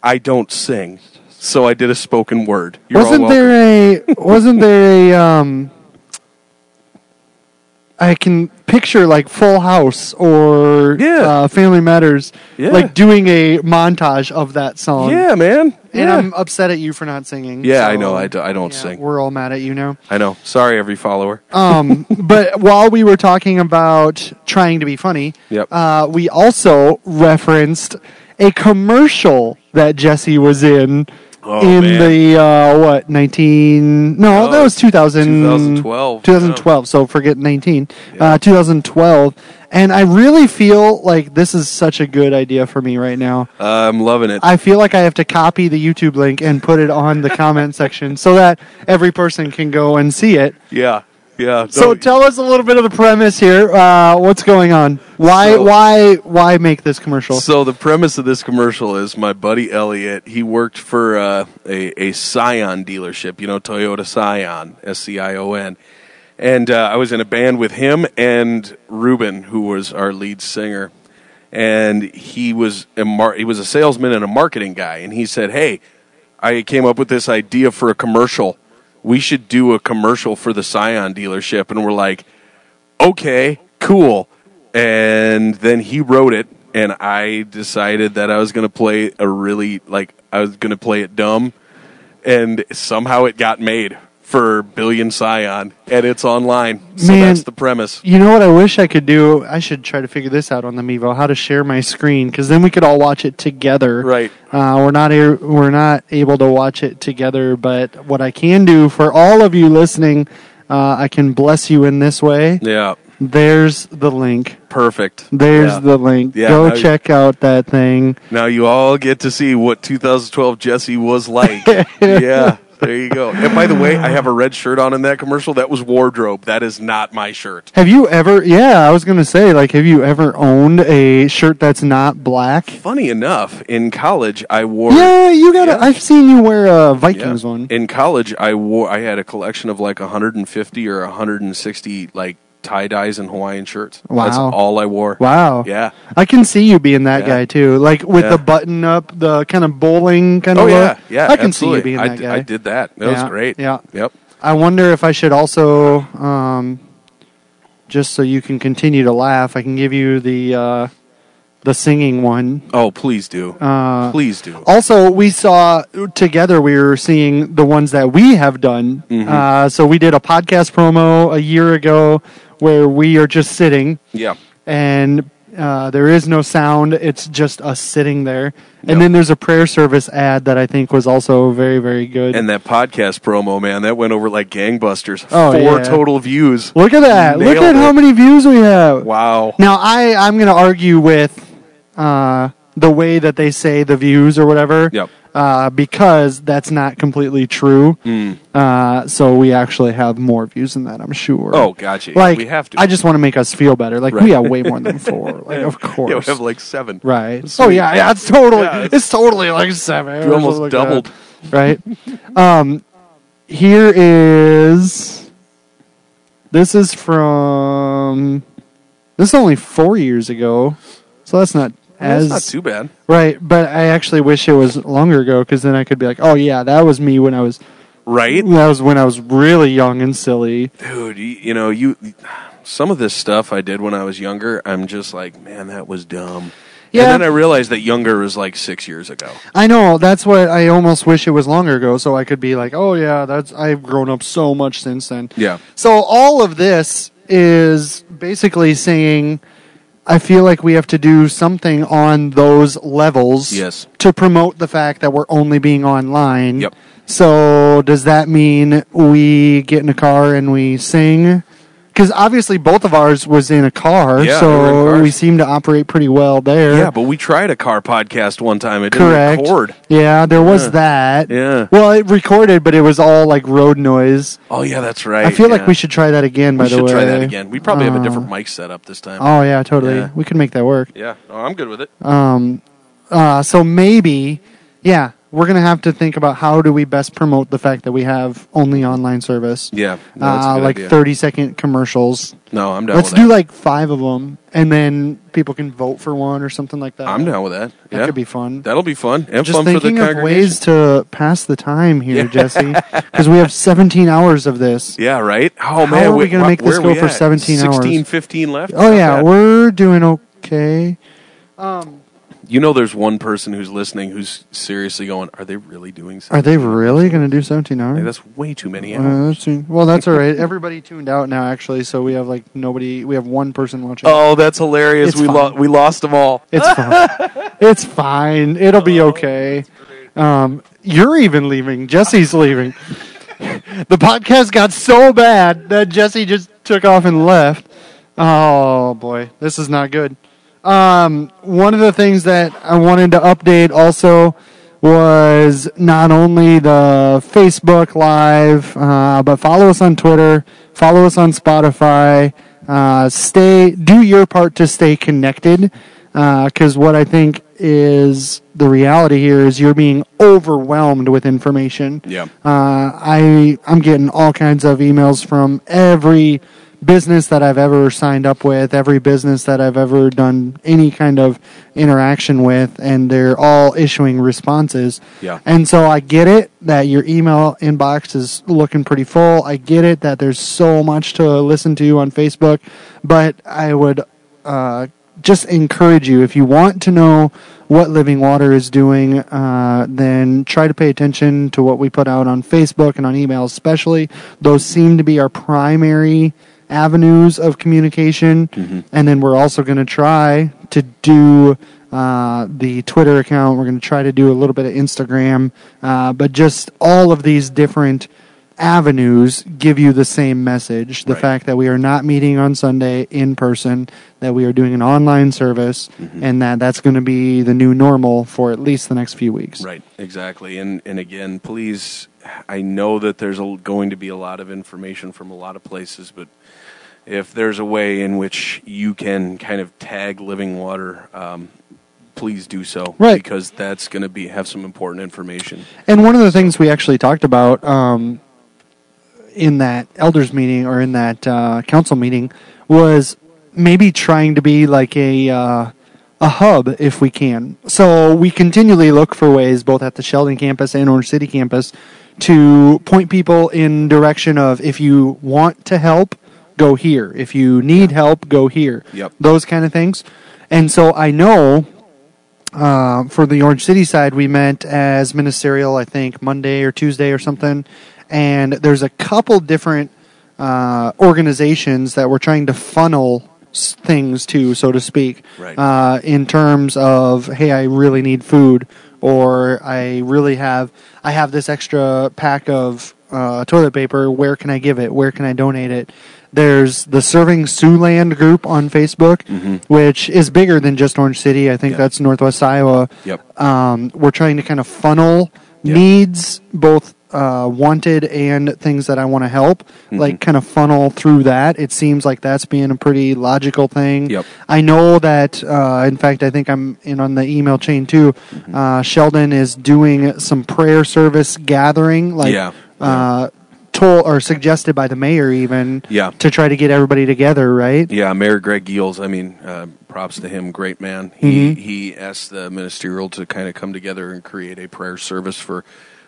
I don't sing, so I did a spoken word. You're all wasn't welcome. there a <laughs> wasn't there a um? I can picture like Full House or Yeah. uh, Family Matters, Yeah. like doing a montage of that song. Yeah, man. and yeah, I'm upset at you for not singing. yeah I so, know. I, do, I don't yeah, sing. We're all mad at you now. I know. Sorry, every follower. Um, <laughs> but while we were talking about trying to be funny, Yep. uh, we also referenced a commercial that Jesse was in Oh, in man. the uh, what 19 no Oh, that was 2000 2012, 2012 so forget 19 uh, 2012 and i really feel like this is such a good idea for me right now Uh, I'm loving it. I feel like I have to copy the YouTube link and put it on the comment section so that every person can go and see it. yeah, yeah. So No, tell us a little bit of the premise here. Uh, what's going on? Why So- why why make this commercial? So the premise of this commercial is my buddy Elliot. He worked for uh, a a Scion dealership, you know, Toyota Scion, S C I O N, and uh, I was in a band with him and Ruben, who was our lead singer, and he was a mar- he was a salesman and a marketing guy, and he said, "Hey, I came up with this idea for a commercial. We should do a commercial for the Scion dealership." And we're like, okay, cool. And then he wrote it, and I decided that I was going to play a really, like, I was going to play it dumb. And somehow it got made for Billion Scion, and it's online. So Man. that's the premise. you know what I wish I could do? I should try to figure this out on the Mevo how to share my screen because then we could all watch it together. Right. Uh, we're not a- we're not able to watch it together, but what I can do for all of you listening, uh, I can bless you in this way. Yeah. There's the link. Perfect. There's Yeah. the link. Yeah, Go now- check out that thing. Now you all get to see what 2012 Jesse <laughs> was like. yeah, there you go. And by the way, I have a red shirt on in that commercial. That was wardrobe. That is not my shirt. Have you ever? Yeah, I was gonna say, like, have you ever owned a shirt that's not black? Funny enough, in college I wore. Yeah, you gotta. Yeah. I've seen you wear a Yeah. Vikings one. In college, I wore. I had a collection of like 150 or 160 like tie dyes and Hawaiian shirts. That's Wow. all I wore. Wow. Yeah. I can see you being that Yeah. guy too, like with Yeah. the button up, the kind of bowling kind Oh of yeah, look. yeah. I can see absolutely. you being I that d- guy. I did that. That Yeah, was great. yeah. Yep. I wonder if I should also, um, just so you can continue to laugh, I can give you the uh, the singing one. Oh, please do. Uh, please do. Also, we saw together, we were seeing the ones that we have done. Mm-hmm. Uh, so we did a podcast promo a year ago where we are just sitting Yeah. and uh, there is no sound. It's just us sitting there. Yep. And then there's a prayer service ad that I think was also very, very good. And that podcast promo, man, that went over like gangbusters. Oh, Four yeah. total views. Look at that. Look Nailed at how it. many views we have. Wow. Now, I, I'm going to argue with uh, the way that they say the views or whatever. Yep. Uh, because that's not completely true. Hmm. Uh, so we actually have more views than that, I'm sure. Oh, gotcha. Yeah, Like we have to. I just want to make us feel better. Like Right. we have way more than <laughs> four. Like of course. Yeah, we have like seven. Right. Oh Sweet. yeah, yeah. It's totally. Yeah, it's, it's- totally like seven. You or almost something like uh, doubled. that, right. <laughs> um, here is. This is from. This is only four years ago, so that's not Well, as That's not too bad. right. But I actually wish it was longer ago because then I could be like, oh yeah, that was me when I was. Right? That was when I was really young and silly. Dude, you, you know, you some of this stuff I did when I was younger, I'm just like, man, that was dumb. Yeah. And then I realized that younger was like six years ago. I know that's what I almost wish it was longer ago, so I could be like, "Oh yeah, that's I've grown up so much since then." Yeah. So all of this is basically saying, I feel like we have to do something on those levels, Yes. to promote the fact that we're only being online. Yep. So does that mean we get in a car and we sing? Because obviously both of ours was in a car, Yeah, they were in so cars. we seem to operate pretty well there. Yeah, but we tried a car podcast one time. It didn't Correct. record. Yeah, there was that. Yeah. Well, it recorded, but it was all like road noise. Oh yeah, that's right. I feel like yeah. we should try that again. By We the should way, try that again. We probably have Uh, a different mic setup this time. Oh yeah, totally. Yeah. We can make that work. yeah, oh, I'm good with it. Um, uh, so maybe, yeah, we're gonna have to think about how do we best promote the fact that we have only online service. yeah, no, that's a Uh, good like idea. thirty second commercials. No, I'm down. Let's with do that. like five of them, and then people can vote for one or something like that. I'm down with that. That yeah, could be fun. that'll be fun and just fun for the thinking of congregation. ways to pass the time here, Jesse, because we have 17 hours of this. <laughs> Yeah, right. Oh How man, are we wait, gonna wha- make this where go are we for at? 17 hours? 16, 15 left. Oh Not yeah, bad. we're doing okay. you know, there's one person who's listening who's seriously going, "Are they really doing Are something? they really going to do 17 Like, hours? that's way too many hours." Uh, let's see. well, that's all right. Everybody tuned out now, actually. So we have like nobody. We have one person watching. oh, that's hilarious. It's we fine. lo- we lost them all. It's fine. it's fine. It'll be okay. Um, you're even leaving. Jesse's leaving. the podcast got so bad that Jesse just took off and left. Oh boy, this is not good. Um, one of the things that I wanted to update also was not only the Facebook Live, uh, but follow us on Twitter, follow us on Spotify. Uh, stay, do your part to stay connected, because what I think is the reality here is you're being overwhelmed with information. Yeah. Uh, I I'm getting all kinds of emails from every business that I've ever signed up with, every business that I've ever done any kind of interaction with, and they're all issuing responses. Yeah. And so I get it that your email inbox is looking pretty full. I get it that there's so much to listen to on Facebook, but I would uh, just encourage you if you want to know what Living Water is doing, uh, then try to pay attention to what we put out on Facebook and on email, especially. Those seem to be our primary avenues of communication. And then we're also going to try to do uh, the Twitter account. We're going to try to do a little bit of Instagram, uh, but just all of these different avenues give you the same message. The Right. fact that we are not meeting on Sunday in person, that we are doing an online service, and that that's going to be the new normal for at least the next few weeks. Right, exactly. And and again, please, I know that there's a, going to be a lot of information from a lot of places, but if there's a way in which you can kind of tag Living Water, um, please do so. Right. because that's going to be have some important information. And one of the things we actually talked about um, in that elders meeting or in that uh, council meeting was maybe trying to be like a uh, a hub if we can. So we continually look for ways, both at the Sheldon campus and Orange City campus, to point people in direction of if you want to help, go here. If you need help, go here. Yep. Those kind of things. And so I know uh, for the Orange City side, we met as ministerial, I think, Monday or Tuesday or something. And there's a couple different uh, organizations that we're trying to funnel s- things to, so to speak, Right. uh, in terms of, hey, I really need food, or I really have, I have this extra pack of uh, toilet paper. Where can I give it? Where can I donate it? There's the Serving Siouxland group on Facebook, which is bigger than just Orange City. I think Mm-hmm. Yeah. that's that's Northwest Iowa. Yep. Um, we're trying to kind of funnel Yeah. needs, both uh, wanted and things that I want to help, Mm-hmm. like kind of funnel through that. It seems like that's being a pretty logical thing. Yep. I know that, uh, in fact, I think I'm in on the email chain too. Mm-hmm. Uh, Sheldon is doing some prayer service gathering, like. Yeah. Uh, Told or suggested by the mayor, even Yeah. to try to get everybody together, right? Yeah, Mayor Greg Giels. I mean, uh, props to him. Great man. He he asked the ministerial to kind of come together and create a prayer service for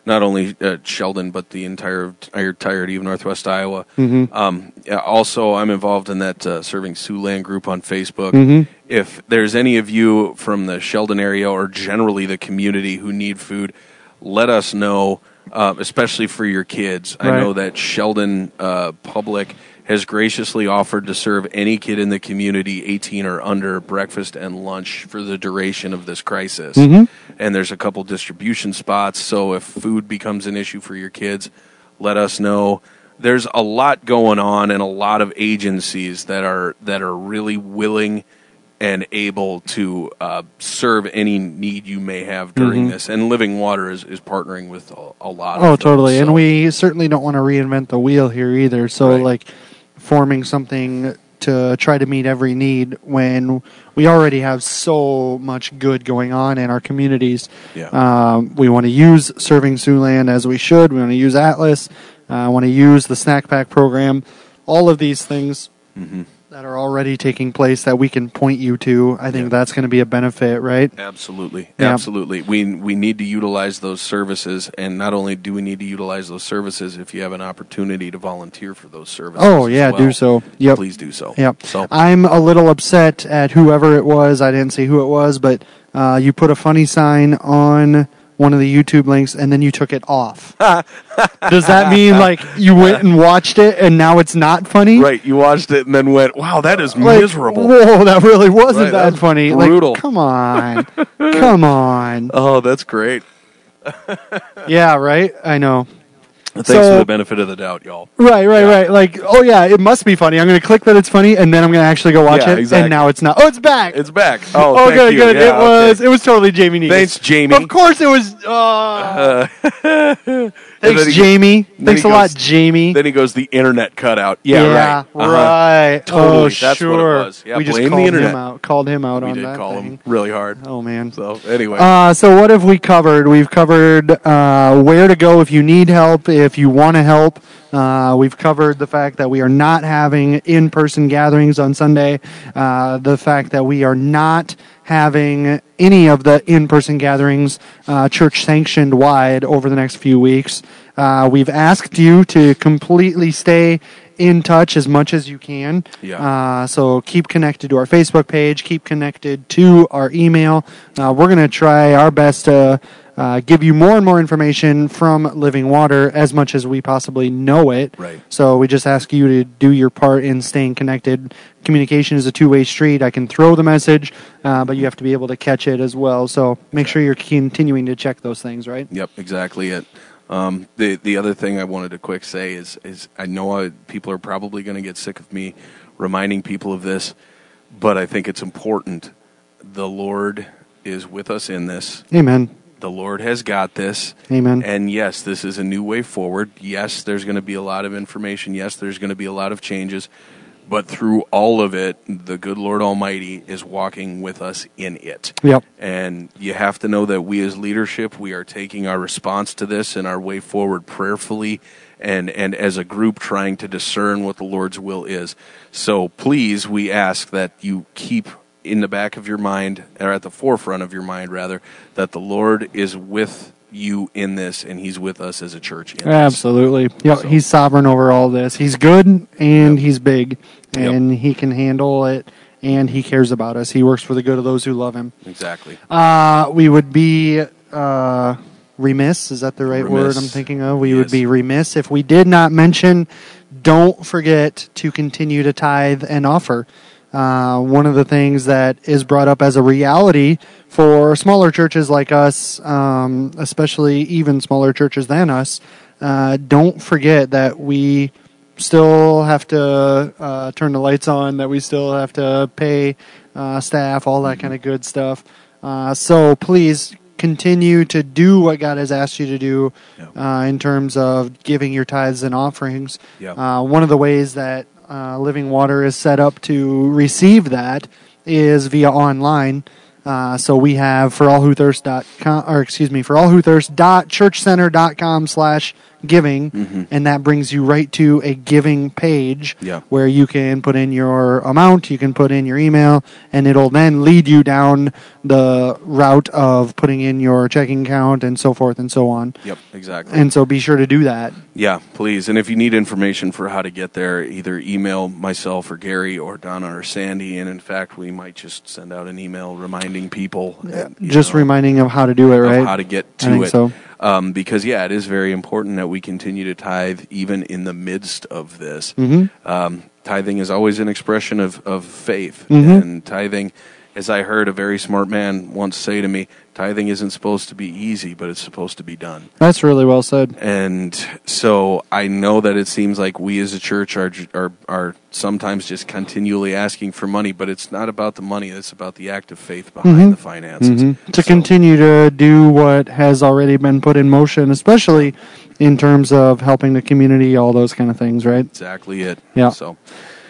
not only uh, Sheldon but the entire entirety of Northwest Iowa. Um, yeah, also, I'm involved in that uh, Serving Siouxland group on Facebook. If there's any of you from the Sheldon area or generally the community who need food, let us know. Uh, especially for your kids, I Right. know that that Sheldon uh, Public has graciously offered to serve any kid in the community 18 or under breakfast and lunch for the duration of this crisis. Mm-hmm. And there's a couple distribution spots, so if food becomes an issue for your kids, let us know. There's a lot going on and a lot of agencies that are that are really willing and able to uh, serve any need you may have during this. And Living Water is, is partnering with a, a lot of Mm-hmm. Oh, those, totally. so- And we certainly don't want to reinvent the wheel here either. So, Right. like, forming something to try to meet every need when we already have so much good going on in our communities. Yeah. Um, we want to use Serving Siouxland as we should. We want to use Atlas. Uh, I want to use the Snack Pack program. All of these things Mm-hmm. that are already taking place that we can point you to. I think Yeah. that's going to be a benefit, right? Absolutely, Yeah. absolutely. We we need to utilize those services, and not only do we need to utilize those services, if you have an opportunity to volunteer for those services, Oh, as yeah, well, do so. Yep. please do so. Yep. So I'm a little upset at whoever it was. I didn't see who it was, but uh, you put a funny sign on one of the YouTube links and then you took it <laughs> off. Does that mean like you went and watched it and now it's not funny? right, you watched it and then went, "Wow, that is Like, miserable." Whoa, that really wasn't Right, that that's funny. brutal. Like, come <laughs> on, come on. Oh, that's great. Yeah, right. I know. Thanks So- for the benefit of the doubt, y'all. Right, right, Yeah. right. Like, oh yeah, it must be funny. I'm gonna click that it's funny, and then I'm gonna actually go watch Yeah, it. exactly. And now it's not. Oh, it's back. It's back. Oh, Oh, thank good, you. good. Yeah, it was. okay. It was totally Jamie Negus. Thanks, Jamie. Of course, it was. Uh, <laughs> And thanks, then he- Jamie. Thanks he a lot, goes- Jamie. Then he goes, "The internet cut out." Yeah, right. Uh-huh. right. Totally. Oh, That's what it sure. was. Yeah, we just blame the called internet. him out. Called him out We on did that call thing. him really hard. Oh man. So anyway, Uh, so what have we covered? We've covered uh, where to go if you need help, if you want to help. Uh, we've covered the fact that we are not having in-person gatherings on Sunday. Uh, the fact that we are not having any of the in-person gatherings uh, church sanctioned wide over the next few weeks. Uh, we've asked you to completely stay in touch as much as you can. Yeah. Uh, uh, so keep connected to our Facebook page, keep connected to our email. Uh, we're going to try our best to uh, give you more and more information from Living Water as much as we possibly know it. Right. So we just ask you to do your part in staying connected. Communication is a two way street. I can throw the message, uh, but you have to be able to catch it as well. So make sure you're continuing to check those things, right? Yep, exactly it. Um, the the other thing I wanted to quick say is is I know I, people are probably going to get sick of me reminding people of this, but I think it's important. The Lord is with us in this. Amen. The Lord has got this. Amen. And yes, this is a new way forward. Yes, there's going to be a lot of information. Yes, there's going to be a lot of changes. But through all of it, the good Lord Almighty is walking with us in it. Yep. And you have to know that we as leadership, we are taking our response to this and our way forward prayerfully and, and as a group trying to discern what the Lord's will is. So please, we ask that you keep in the back of your mind, or at the forefront of your mind, rather, that the Lord is with you in this and He's with us as a church. In this. Absolutely. Yep. So- He's sovereign over all this. He's good and he's big and he can handle it and he cares about us. He works for the good of those who love him. Exactly. Uh, we would be uh, remiss. Is that the right word Remiss. I'm thinking of? We Yes. would be remiss if we did not mention. Don't forget to continue to tithe and offer. Uh, one of the things that is brought up as a reality for smaller churches like us, um, especially even smaller churches than us, uh, don't forget that we still have to uh, turn the lights on, that we still have to pay uh, staff, all Mm-hmm. that kind of good stuff. Uh, so please continue to do what God has asked you to do Yeah. uh, in terms of giving your tithes and offerings. Yeah. Uh, one of the ways that uh, Living Water is set up to receive that is via online. Uh, so we have for all who thirst dot com, or excuse me for all who thirst dot churchcenter dot com slash giving and that brings you right to a giving page Mm-hmm. Yeah. where you can put in your amount, you can put in your email, and it'll then lead you down the route of putting in your checking account and so forth and so on. Yep. Exactly. And so be sure to do that. Yeah, please. And if you need information for how to get there, either email myself or Gary or Donna or Sandy. And in fact, we might just send out an email reminding people. and, you Just know, reminding of how to do it, of right? how to get to I think it. so. Um, because yeah, it is very important that we continue to tithe even in the midst of this. Mm. Um, tithing is always an expression of of faith, Mm-hmm. and tithing, as I heard a very smart man once say to me, tithing isn't supposed to be easy, but it's supposed to be done. That's really well said. And so I know that it seems like we as a church are are are sometimes just continually asking for money, but it's not about the money. It's about the act of faith behind the finances. Mm-hmm. To So- continue to do what has already been put in motion, especially in terms of helping the community, all those kind of things, right? exactly it. Yeah. So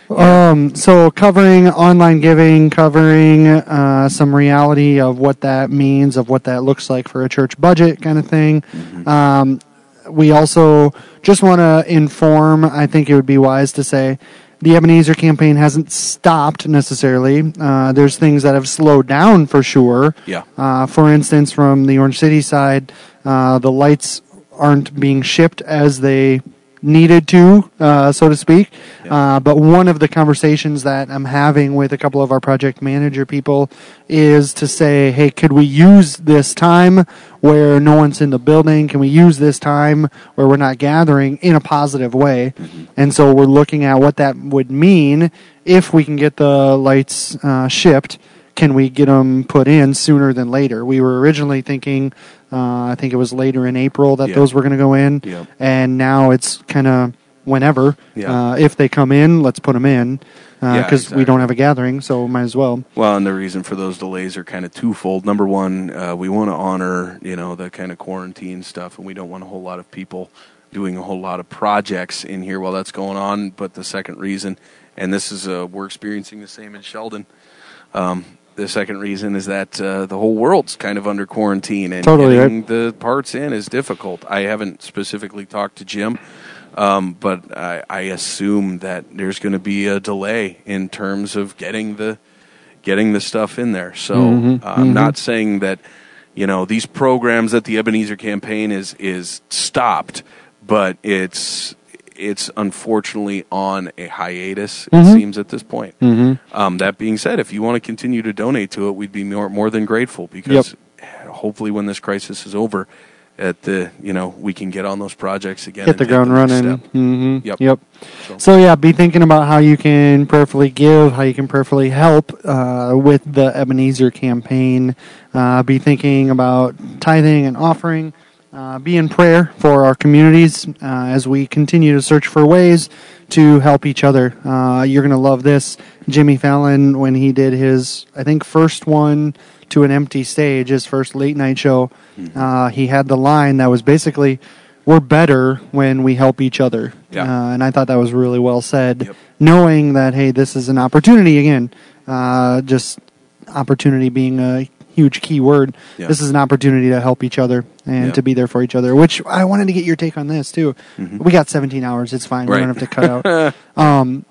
Um, so covering online giving, covering uh, some reality of what that means, of what that looks like for a church budget kind of thing. Um, we also just want to inform, I think it would be wise to say, the Ebenezer campaign hasn't stopped necessarily. Uh, there's things that have slowed down for sure. yeah, Uh, for instance, from the Orange City side, uh, the lights aren't being shipped as they needed to, uh, so to speak. Yeah. Uh, but one of the conversations that I'm having with a couple of our project manager people is to say, hey, could we use this time where no one's in the building? Can we use this time where we're not gathering in a positive way? Mm-hmm. And so we're looking at what that would mean if we can get the lights uh, shipped can we get them put in sooner than later? We were originally thinking, uh, I think it was later in April that Yeah. those were going to go in, Yeah. and now it's kind of whenever. Yeah. Uh, if they come in, let's put them in because Yeah, we exactly. don't have a gathering, so might as well. Well, and the reason for those delays are kind of twofold. Number one, uh, we want to honor you know the kind of quarantine stuff, and we don't want a whole lot of people doing a whole lot of projects in here while that's going on. But the second reason, and this is uh, we're experiencing the same in Sheldon. Um, the second reason is that uh, the whole world's kind of under quarantine, and Totally, getting the parts in is difficult. I haven't specifically talked to Jim. Um, but I, I assume that there's going to be a delay in terms of getting the getting the stuff in there. So Mhm, uh, I'm not saying that you know these programs that the Ebenezer campaign is is stopped, but it's it's unfortunately on a hiatus. Mm-hmm. It seems at this point. Mm. Um, that being said, if you want to continue to donate to it, we'd be more more than grateful because hopefully when this crisis is over. At the you know we can get on those projects again. Hit the and ground next running. step. hmm Yep. So- So. yeah, be thinking about how you can prayerfully give, how you can prayerfully help uh, with the Ebenezer campaign. Uh, be thinking about tithing and offering. uh, be in prayer for our communities uh, as we continue to search for ways to help each other. Uh, you're going to love this. Jimmy Fallon, when he did his, I think, first one to an empty stage, his first late night show, uh, he had the line that was basically, We're better when we help each other. Yeah. Uh, and I thought that was really well said, Yep. knowing that, hey, this is an opportunity again, uh, just opportunity being a huge key word. Yeah. This is an opportunity to help each other and Yeah. to be there for each other, which I wanted to get your take on this too. We got 17 hours. It's fine. We Mm-hmm. don't Right. have to cut <laughs> out. um,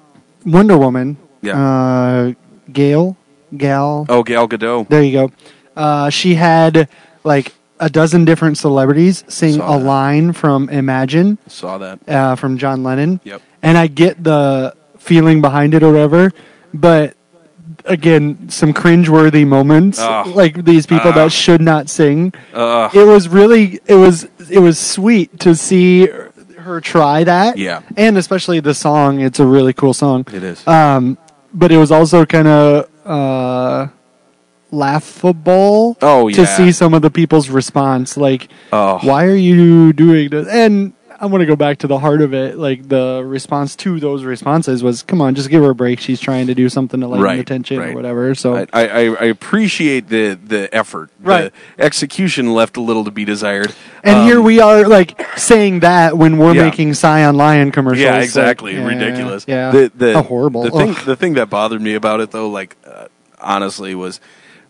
Wonder Woman, Yeah. uh, Gail, Gal, Oh, Gal Gadot. there you go. Uh, she had like a dozen different celebrities sing Saw a that. line from Imagine Saw that. uh, from John Lennon. Yep. And I get the feeling behind it or whatever, but again, some cringeworthy moments Ugh. like these people Ugh. that should not sing. Uh, It was really it was it was sweet to see her try that. Yeah. And especially the song, it's a really cool song. it is. Um but it was also kind of uh laughable Oh, to yeah. see some of the people's response like oh, why are you doing this? And I'm going to go back to the heart of it. Like the response to those responses was, come on, just give her a break. She's trying to do something to lighten Right, the tension right. or whatever. So I, I, I I appreciate the, the effort. Right. The execution left a little to be desired. And Um, here we are, like saying that when we're Yeah. making Scion Lion commercials. Yeah, Like, exactly. yeah, Ridiculous. Yeah, The, the, How horrible. The thing, Ugh. the thing that bothered me about it, though, like uh, honestly, was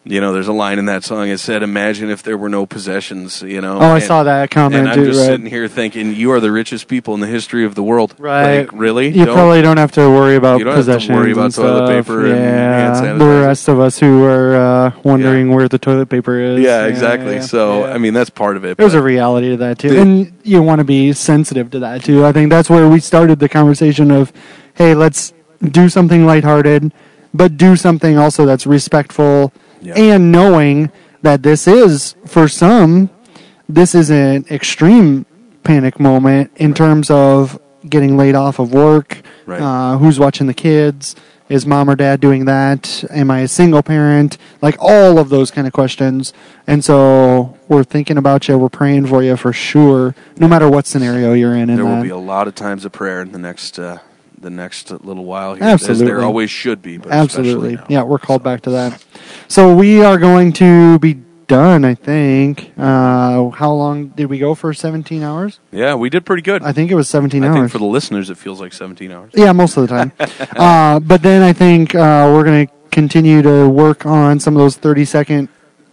you know, there's a line in that song. It said, "Imagine if there were no possessions." You know. oh, I And- saw that comment. And I'm dude, just right. sitting here thinking, you are the richest people in the history of the world. Right. Like, really? You Don't- probably don't have to worry about You don't have to possessions. worry about and toilet stuff. paper yeah. and hand The sanitizer. rest of us who are uh, wondering where the toilet paper is. Yeah, exactly. yeah, so, yeah. I mean, that's part of it. There's but- a reality to that too, The- and you want to be sensitive to that too. I think that's where we started the conversation of, hey, let's do something lighthearted, but do something also that's respectful Yeah. and knowing that this is for some, this is an extreme panic moment in terms of getting laid off of work. Right. Uh, who's watching the kids? Is mom or dad doing that? Am I a single parent? Like all of those kind of questions. And so we're thinking about you. We're praying for you for sure, no matter what scenario you're in. And there that. will be a lot of times of prayer in the next uh, the next little while here, as there Absolutely. always should be. But Absolutely. especially now. Yeah, we're called back to that. So we are going to be done, I think. Uh, how long did we go for? 17 hours? Yeah, we did pretty good. I think it was 17 I hours. think for the listeners, it feels like 17 hours. Yeah, most of the <laughs> time. uh, but then I think uh, we're going to continue to work on some of those 30 second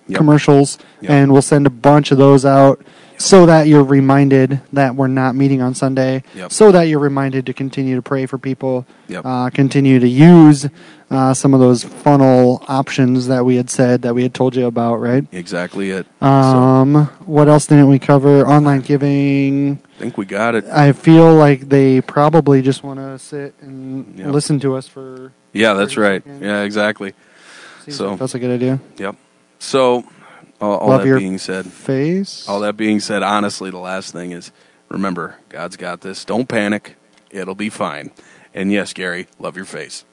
Yep. commercials, Yep. and we'll send a bunch of those out so that you're reminded that we're not meeting on Sunday, Yep. so that you're reminded to continue to pray for people, Yep. uh, continue to use uh, some of those funnel options that we had said, that we had told you about, right? Exactly it. so Um, what else didn't we cover? Online giving. I think we got it. I feel like they probably just want to sit and Yeah. listen to us for. Yeah, that's right. Yeah. Yeah, exactly. seems So- like that's a good idea. Yep. So, all, all Love that your- being said, Face. all that being said, honestly, the last thing is remember, God's got this. Don't panic. It'll be fine. And yes, Gary, love your face.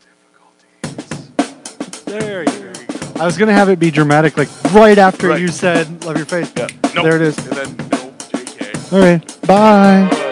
Technical difficulties. There you go. I was gonna have it be dramatic, like right after Right. you said "love your face." Yeah. Nope. There it is. And then, nope, JK. All right. Bye.